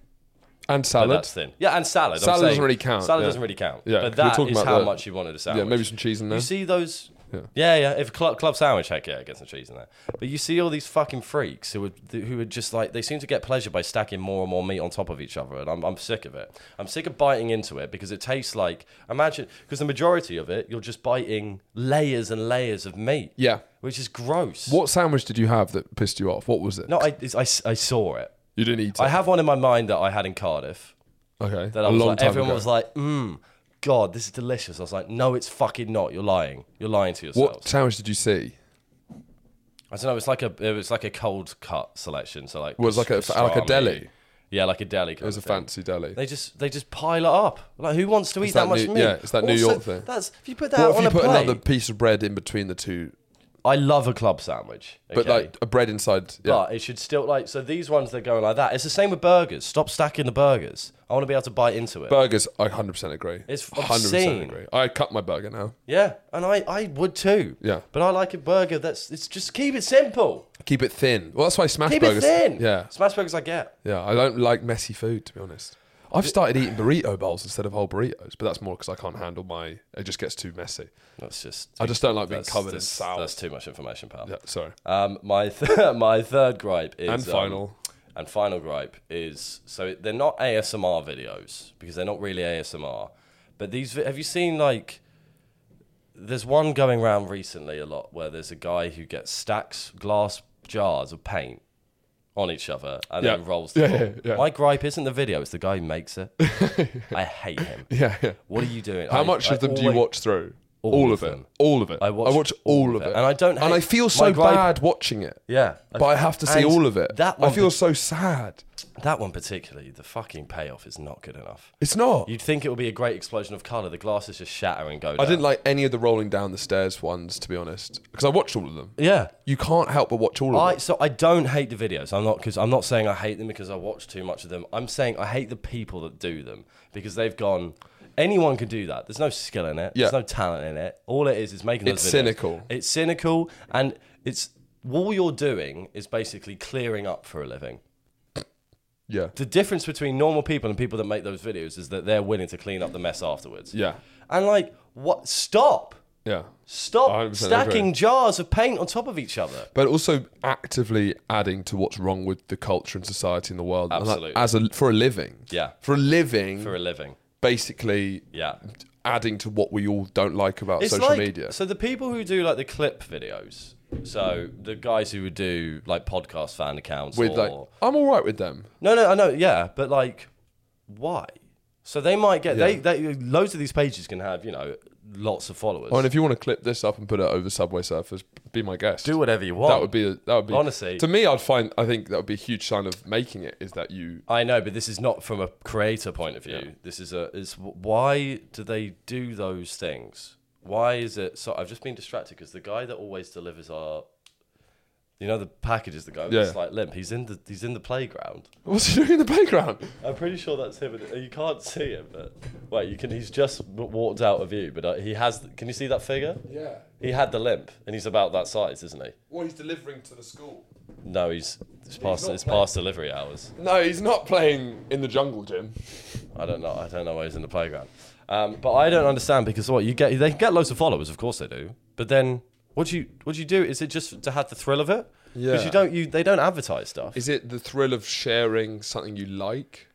Speaker 2: and
Speaker 3: But
Speaker 2: salad.
Speaker 3: that's thin. Yeah, and salad. I'm
Speaker 2: Salad doesn't
Speaker 3: saying.
Speaker 2: really count,
Speaker 3: Salad
Speaker 2: yeah.
Speaker 3: doesn't really count.
Speaker 2: Yeah, 'cause
Speaker 3: but
Speaker 2: we're
Speaker 3: that
Speaker 2: talking
Speaker 3: is
Speaker 2: about
Speaker 3: how
Speaker 2: the-
Speaker 3: much you wanted a sandwich.
Speaker 2: yeah, maybe some cheese in there.
Speaker 3: You see those?
Speaker 2: Yeah.
Speaker 3: yeah, yeah. If club club sandwich, heck yeah, get some cheese in there. But you see all these fucking freaks who would who are just like they seem to get pleasure by stacking more and more meat on top of each other, and I'm I'm sick of it. I'm sick of biting into it because it tastes like imagine because the majority of it you're just biting layers and layers of meat.
Speaker 2: Yeah.
Speaker 3: which is gross.
Speaker 2: What sandwich did you have that pissed you off? What was it?
Speaker 3: No, I it's- I, s- I saw it.
Speaker 2: you didn't eat it.
Speaker 3: I have one in my mind that I had in Cardiff.
Speaker 2: okay,
Speaker 3: That
Speaker 2: a
Speaker 3: I was
Speaker 2: long
Speaker 3: like,
Speaker 2: time
Speaker 3: everyone
Speaker 2: ago.
Speaker 3: was like, mmm, God, this is delicious. I was like, no, it's fucking not. You're lying. You're lying to yourselves.
Speaker 2: what sandwich did you see?
Speaker 3: I don't know. It's like a it was like a cold cut selection. So like
Speaker 2: Was like a-
Speaker 3: past-
Speaker 2: like a
Speaker 3: pastrami.
Speaker 2: deli?
Speaker 3: Yeah, like a deli. Kind
Speaker 2: It was a
Speaker 3: of thing.
Speaker 2: fancy deli.
Speaker 3: They just they just pile it up. Like who wants to eat
Speaker 2: that
Speaker 3: that, much
Speaker 2: New-
Speaker 3: meat?
Speaker 2: yeah, it's that New
Speaker 3: Also,
Speaker 2: York thing.
Speaker 3: That's if you put that
Speaker 2: what if
Speaker 3: on
Speaker 2: you
Speaker 3: a
Speaker 2: put
Speaker 3: plate.
Speaker 2: another piece of bread in between the two,
Speaker 3: I love a club sandwich.
Speaker 2: but
Speaker 3: okay?
Speaker 2: like a bread inside? Yeah.
Speaker 3: But it should still like so these ones that go like that. It's the same with burgers. Stop stacking the burgers. I want to be able to bite into it.
Speaker 2: Burgers, I 100% agree.
Speaker 3: It's
Speaker 2: 100%
Speaker 3: obscene.
Speaker 2: agree. I cut my burger now.
Speaker 3: yeah, and I I would too.
Speaker 2: Yeah.
Speaker 3: But I like a burger that's it's just keep it simple.
Speaker 2: Keep it thin. Well, that's why smash
Speaker 3: Keep
Speaker 2: burgers.
Speaker 3: it thin.
Speaker 2: Yeah,
Speaker 3: Smash burgers I get.
Speaker 2: yeah. I don't like messy food to be honest. I've started eating burrito bowls instead of whole burritos, but that's more because I can't handle my. It just gets too messy.
Speaker 3: That's just
Speaker 2: I just don't like being
Speaker 3: that's-
Speaker 2: covered in
Speaker 3: that's-
Speaker 2: salad.
Speaker 3: That's too much information, pal.
Speaker 2: Yeah, sorry.
Speaker 3: Um, my th- my third gripe is
Speaker 2: And
Speaker 3: um,
Speaker 2: final.
Speaker 3: and final gripe is so they're not ASMR videos because they're not really ASMR. But these vi- have you seen like there's one going around recently a lot where there's a guy who gets stacks glass jars of paint on each other and
Speaker 2: Yeah.
Speaker 3: then rolls the
Speaker 2: Yeah,
Speaker 3: ball.
Speaker 2: yeah, yeah.
Speaker 3: My gripe isn't the video; it's the guy who makes it. I hate him.
Speaker 2: Yeah, yeah.
Speaker 3: What are you doing?
Speaker 2: How
Speaker 3: I-
Speaker 2: much
Speaker 3: I
Speaker 2: of them do you
Speaker 3: always-
Speaker 2: watch through? All,
Speaker 3: of
Speaker 2: of it.
Speaker 3: them.
Speaker 2: All of it.
Speaker 3: I watch
Speaker 2: all of it,
Speaker 3: and I don't
Speaker 2: and
Speaker 3: hate-
Speaker 2: I feel
Speaker 3: my
Speaker 2: so
Speaker 3: gripe-
Speaker 2: bad watching it.
Speaker 3: Yeah,
Speaker 2: but I have to see
Speaker 3: And
Speaker 2: all of it.
Speaker 3: That
Speaker 2: I
Speaker 3: one
Speaker 2: feel so sad.
Speaker 3: That one particularly, the fucking payoff is not good enough.
Speaker 2: It's not.
Speaker 3: You'd think it would be a great explosion of color. The glasses just shatter and go. Down.
Speaker 2: I didn't like any of the rolling down the stairs ones, to be honest, because I watched all of them.
Speaker 3: Yeah.
Speaker 2: You can't help but watch all of
Speaker 3: I
Speaker 2: them.
Speaker 3: so I don't hate the videos. I'm not because I'm not saying I hate them because I watch too much of them. I'm saying I hate the people that do them because they've gone. Anyone can do that. There's no skill in it. There's
Speaker 2: Yeah.
Speaker 3: no talent in it. All it is is making. Those
Speaker 2: It's
Speaker 3: videos.
Speaker 2: cynical.
Speaker 3: It's cynical, and it's all you're doing is basically clearing up for a living.
Speaker 2: Yeah,
Speaker 3: The difference between normal people and people that make those videos is that they're willing to clean up the mess afterwards.
Speaker 2: yeah,
Speaker 3: And like, what? Stop!
Speaker 2: yeah. I
Speaker 3: Stop
Speaker 2: 100%
Speaker 3: stacking
Speaker 2: agree.
Speaker 3: jars of paint on top of each other.
Speaker 2: But also actively adding to what's wrong with the culture and society in the world, and, like,
Speaker 3: Absolutely.
Speaker 2: as a for a living.
Speaker 3: Yeah.
Speaker 2: for a living,
Speaker 3: For a living.
Speaker 2: basically.
Speaker 3: Yeah.
Speaker 2: Adding to what we all don't like about social
Speaker 3: like,
Speaker 2: media.
Speaker 3: So the people who do like the clip videos, so the guys who would do like podcast fan accounts
Speaker 2: With
Speaker 3: or
Speaker 2: like, I'm all right with them.
Speaker 3: No, no, I know, yeah, but like why? So they might get they, they loads of these pages can have, you know, lots of followers.
Speaker 2: Oh, and if you want to clip this up and put it over Subway Surfers, be my guest.
Speaker 3: do whatever you want.
Speaker 2: that would be a, that would be
Speaker 3: Honestly.
Speaker 2: to me. I'd find I think that would be a huge sign of making it is that you
Speaker 3: I know, but this is not from a creator point of view. This is a is why do they do those things? Why is it so? I've just been distracted because the guy that always delivers our You know the packages that go with
Speaker 2: Yeah.
Speaker 3: the slight limp. He's in the he's in the playground.
Speaker 2: What's he doing in the playground?
Speaker 3: I'm pretty sure that's him. and You can't see him, but wait, you can. He's just w- walked out of view, but uh, he has. Can you see that figure?
Speaker 2: Yeah.
Speaker 3: He had the limp, and he's about that size, isn't he?
Speaker 2: Well, he's delivering to the school.
Speaker 3: No, he's it's past
Speaker 2: not
Speaker 3: it's
Speaker 2: playing.
Speaker 3: past delivery hours.
Speaker 2: No, he's not playing in the jungle gym.
Speaker 3: I don't know. I don't know why he's in the playground. Um, but I don't understand because what you get, they get loads of followers, of course they do. But then what do you what do you do? Is it just to have the thrill of it? Because
Speaker 2: Yeah.
Speaker 3: you don't you they don't advertise stuff,
Speaker 2: Is it the thrill of sharing something you like?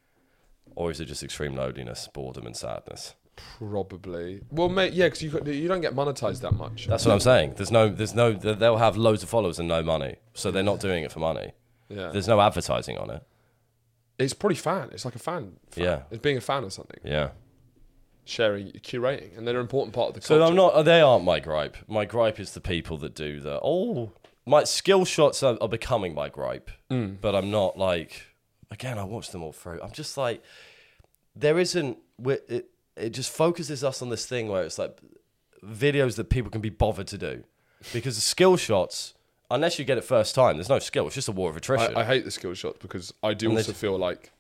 Speaker 3: or is it just extreme loneliness, boredom, and sadness?
Speaker 2: Probably. Well, mate, yeah, because you got- you don't get monetized that much.
Speaker 3: That's what I'm saying. There's no there's no they'll have loads of followers and no money, so they're not doing it for money.
Speaker 2: yeah.
Speaker 3: There's no advertising on it.
Speaker 2: it's probably fan. It's like a fan. fan.
Speaker 3: Yeah.
Speaker 2: It's being a fan of something,
Speaker 3: Yeah.
Speaker 2: sharing, curating, and they're an important part of the
Speaker 3: So
Speaker 2: culture.
Speaker 3: I'm not. uh, They aren't my gripe. My gripe is the people that do the. Oh, my skill shots are, are becoming my gripe,
Speaker 2: Mm.
Speaker 3: but I'm not like. Again, I watch them all through. I'm just like, there isn't. we're- It it just focuses us on this thing where it's like videos that people can be bothered to do, because the skill shots, unless you get it first time, there's no skill. It's just a war of attrition.
Speaker 2: I, I hate the skill shot because I do
Speaker 3: And they
Speaker 2: also feel like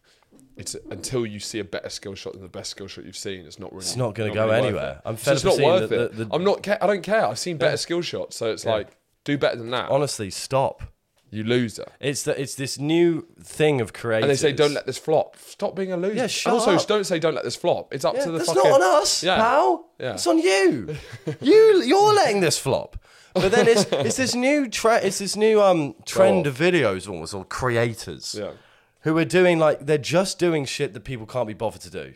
Speaker 2: it's until you see a better skill shot than the best skill shot you've seen, it's not really.
Speaker 3: It's not gonna go
Speaker 2: worth
Speaker 3: anywhere.
Speaker 2: it.
Speaker 3: I'm
Speaker 2: So
Speaker 3: fed
Speaker 2: it's
Speaker 3: up
Speaker 2: not
Speaker 3: with seeing
Speaker 2: worth
Speaker 3: the-
Speaker 2: it.
Speaker 3: the- the-
Speaker 2: I'm not. Ca- I don't care. I've seen better skill shots, so it's like do better than that.
Speaker 3: Honestly, stop.
Speaker 2: you loser.
Speaker 3: It's that. It's this new thing of creators.
Speaker 2: And they say don't let this flop. Stop being a loser.
Speaker 3: Yeah, shut
Speaker 2: and also
Speaker 3: up.
Speaker 2: don't say don't let this flop. It's up
Speaker 3: Yeah,
Speaker 2: to the
Speaker 3: Uh, that's
Speaker 2: fucking.
Speaker 3: not on us,
Speaker 2: Yeah.
Speaker 3: pal.
Speaker 2: Yeah.
Speaker 3: It's on you. you you're letting this flop. But then it's it's this new tre- it's this new um trend
Speaker 2: Go
Speaker 3: of videos almost or creators
Speaker 2: Yeah.
Speaker 3: who are doing like they're just doing shit that people can't be bothered to do.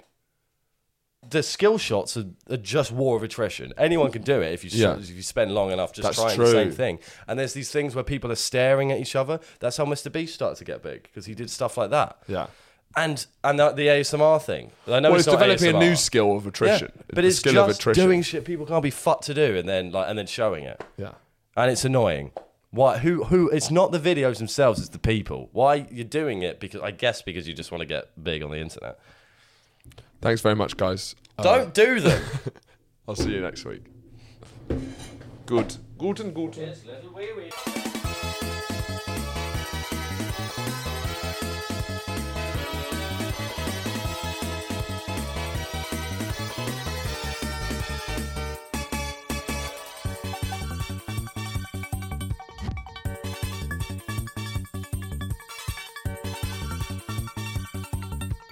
Speaker 3: The skill shots are, are just war of attrition. Anyone can do it if you
Speaker 2: Yeah.
Speaker 3: if you spend long enough just
Speaker 2: That's
Speaker 3: trying the
Speaker 2: true.
Speaker 3: same thing. And there's these things where people are staring at each other. That's how Mr. Beast started to get big because he did stuff like that.
Speaker 2: Yeah.
Speaker 3: And and the, the ASMR thing. I know
Speaker 2: Well, it's,
Speaker 3: not
Speaker 2: developing a new
Speaker 3: ASMR.
Speaker 2: skill of attrition.
Speaker 3: Yeah, but
Speaker 2: The
Speaker 3: it's
Speaker 2: skill of
Speaker 3: just
Speaker 2: attrition.
Speaker 3: doing shit people can't be fucked to do, and then like and then showing it,
Speaker 2: Yeah.
Speaker 3: and it's annoying. Why? Who? Who? It's not the videos themselves; it's the people. Why you're doing it? Because I guess because you just want to get big on the internet.
Speaker 2: Thanks very much, guys. Uh,
Speaker 3: Don't do them.
Speaker 2: I'll see you next week. Good. Guten, guten.
Speaker 4: Yes, little wee wee.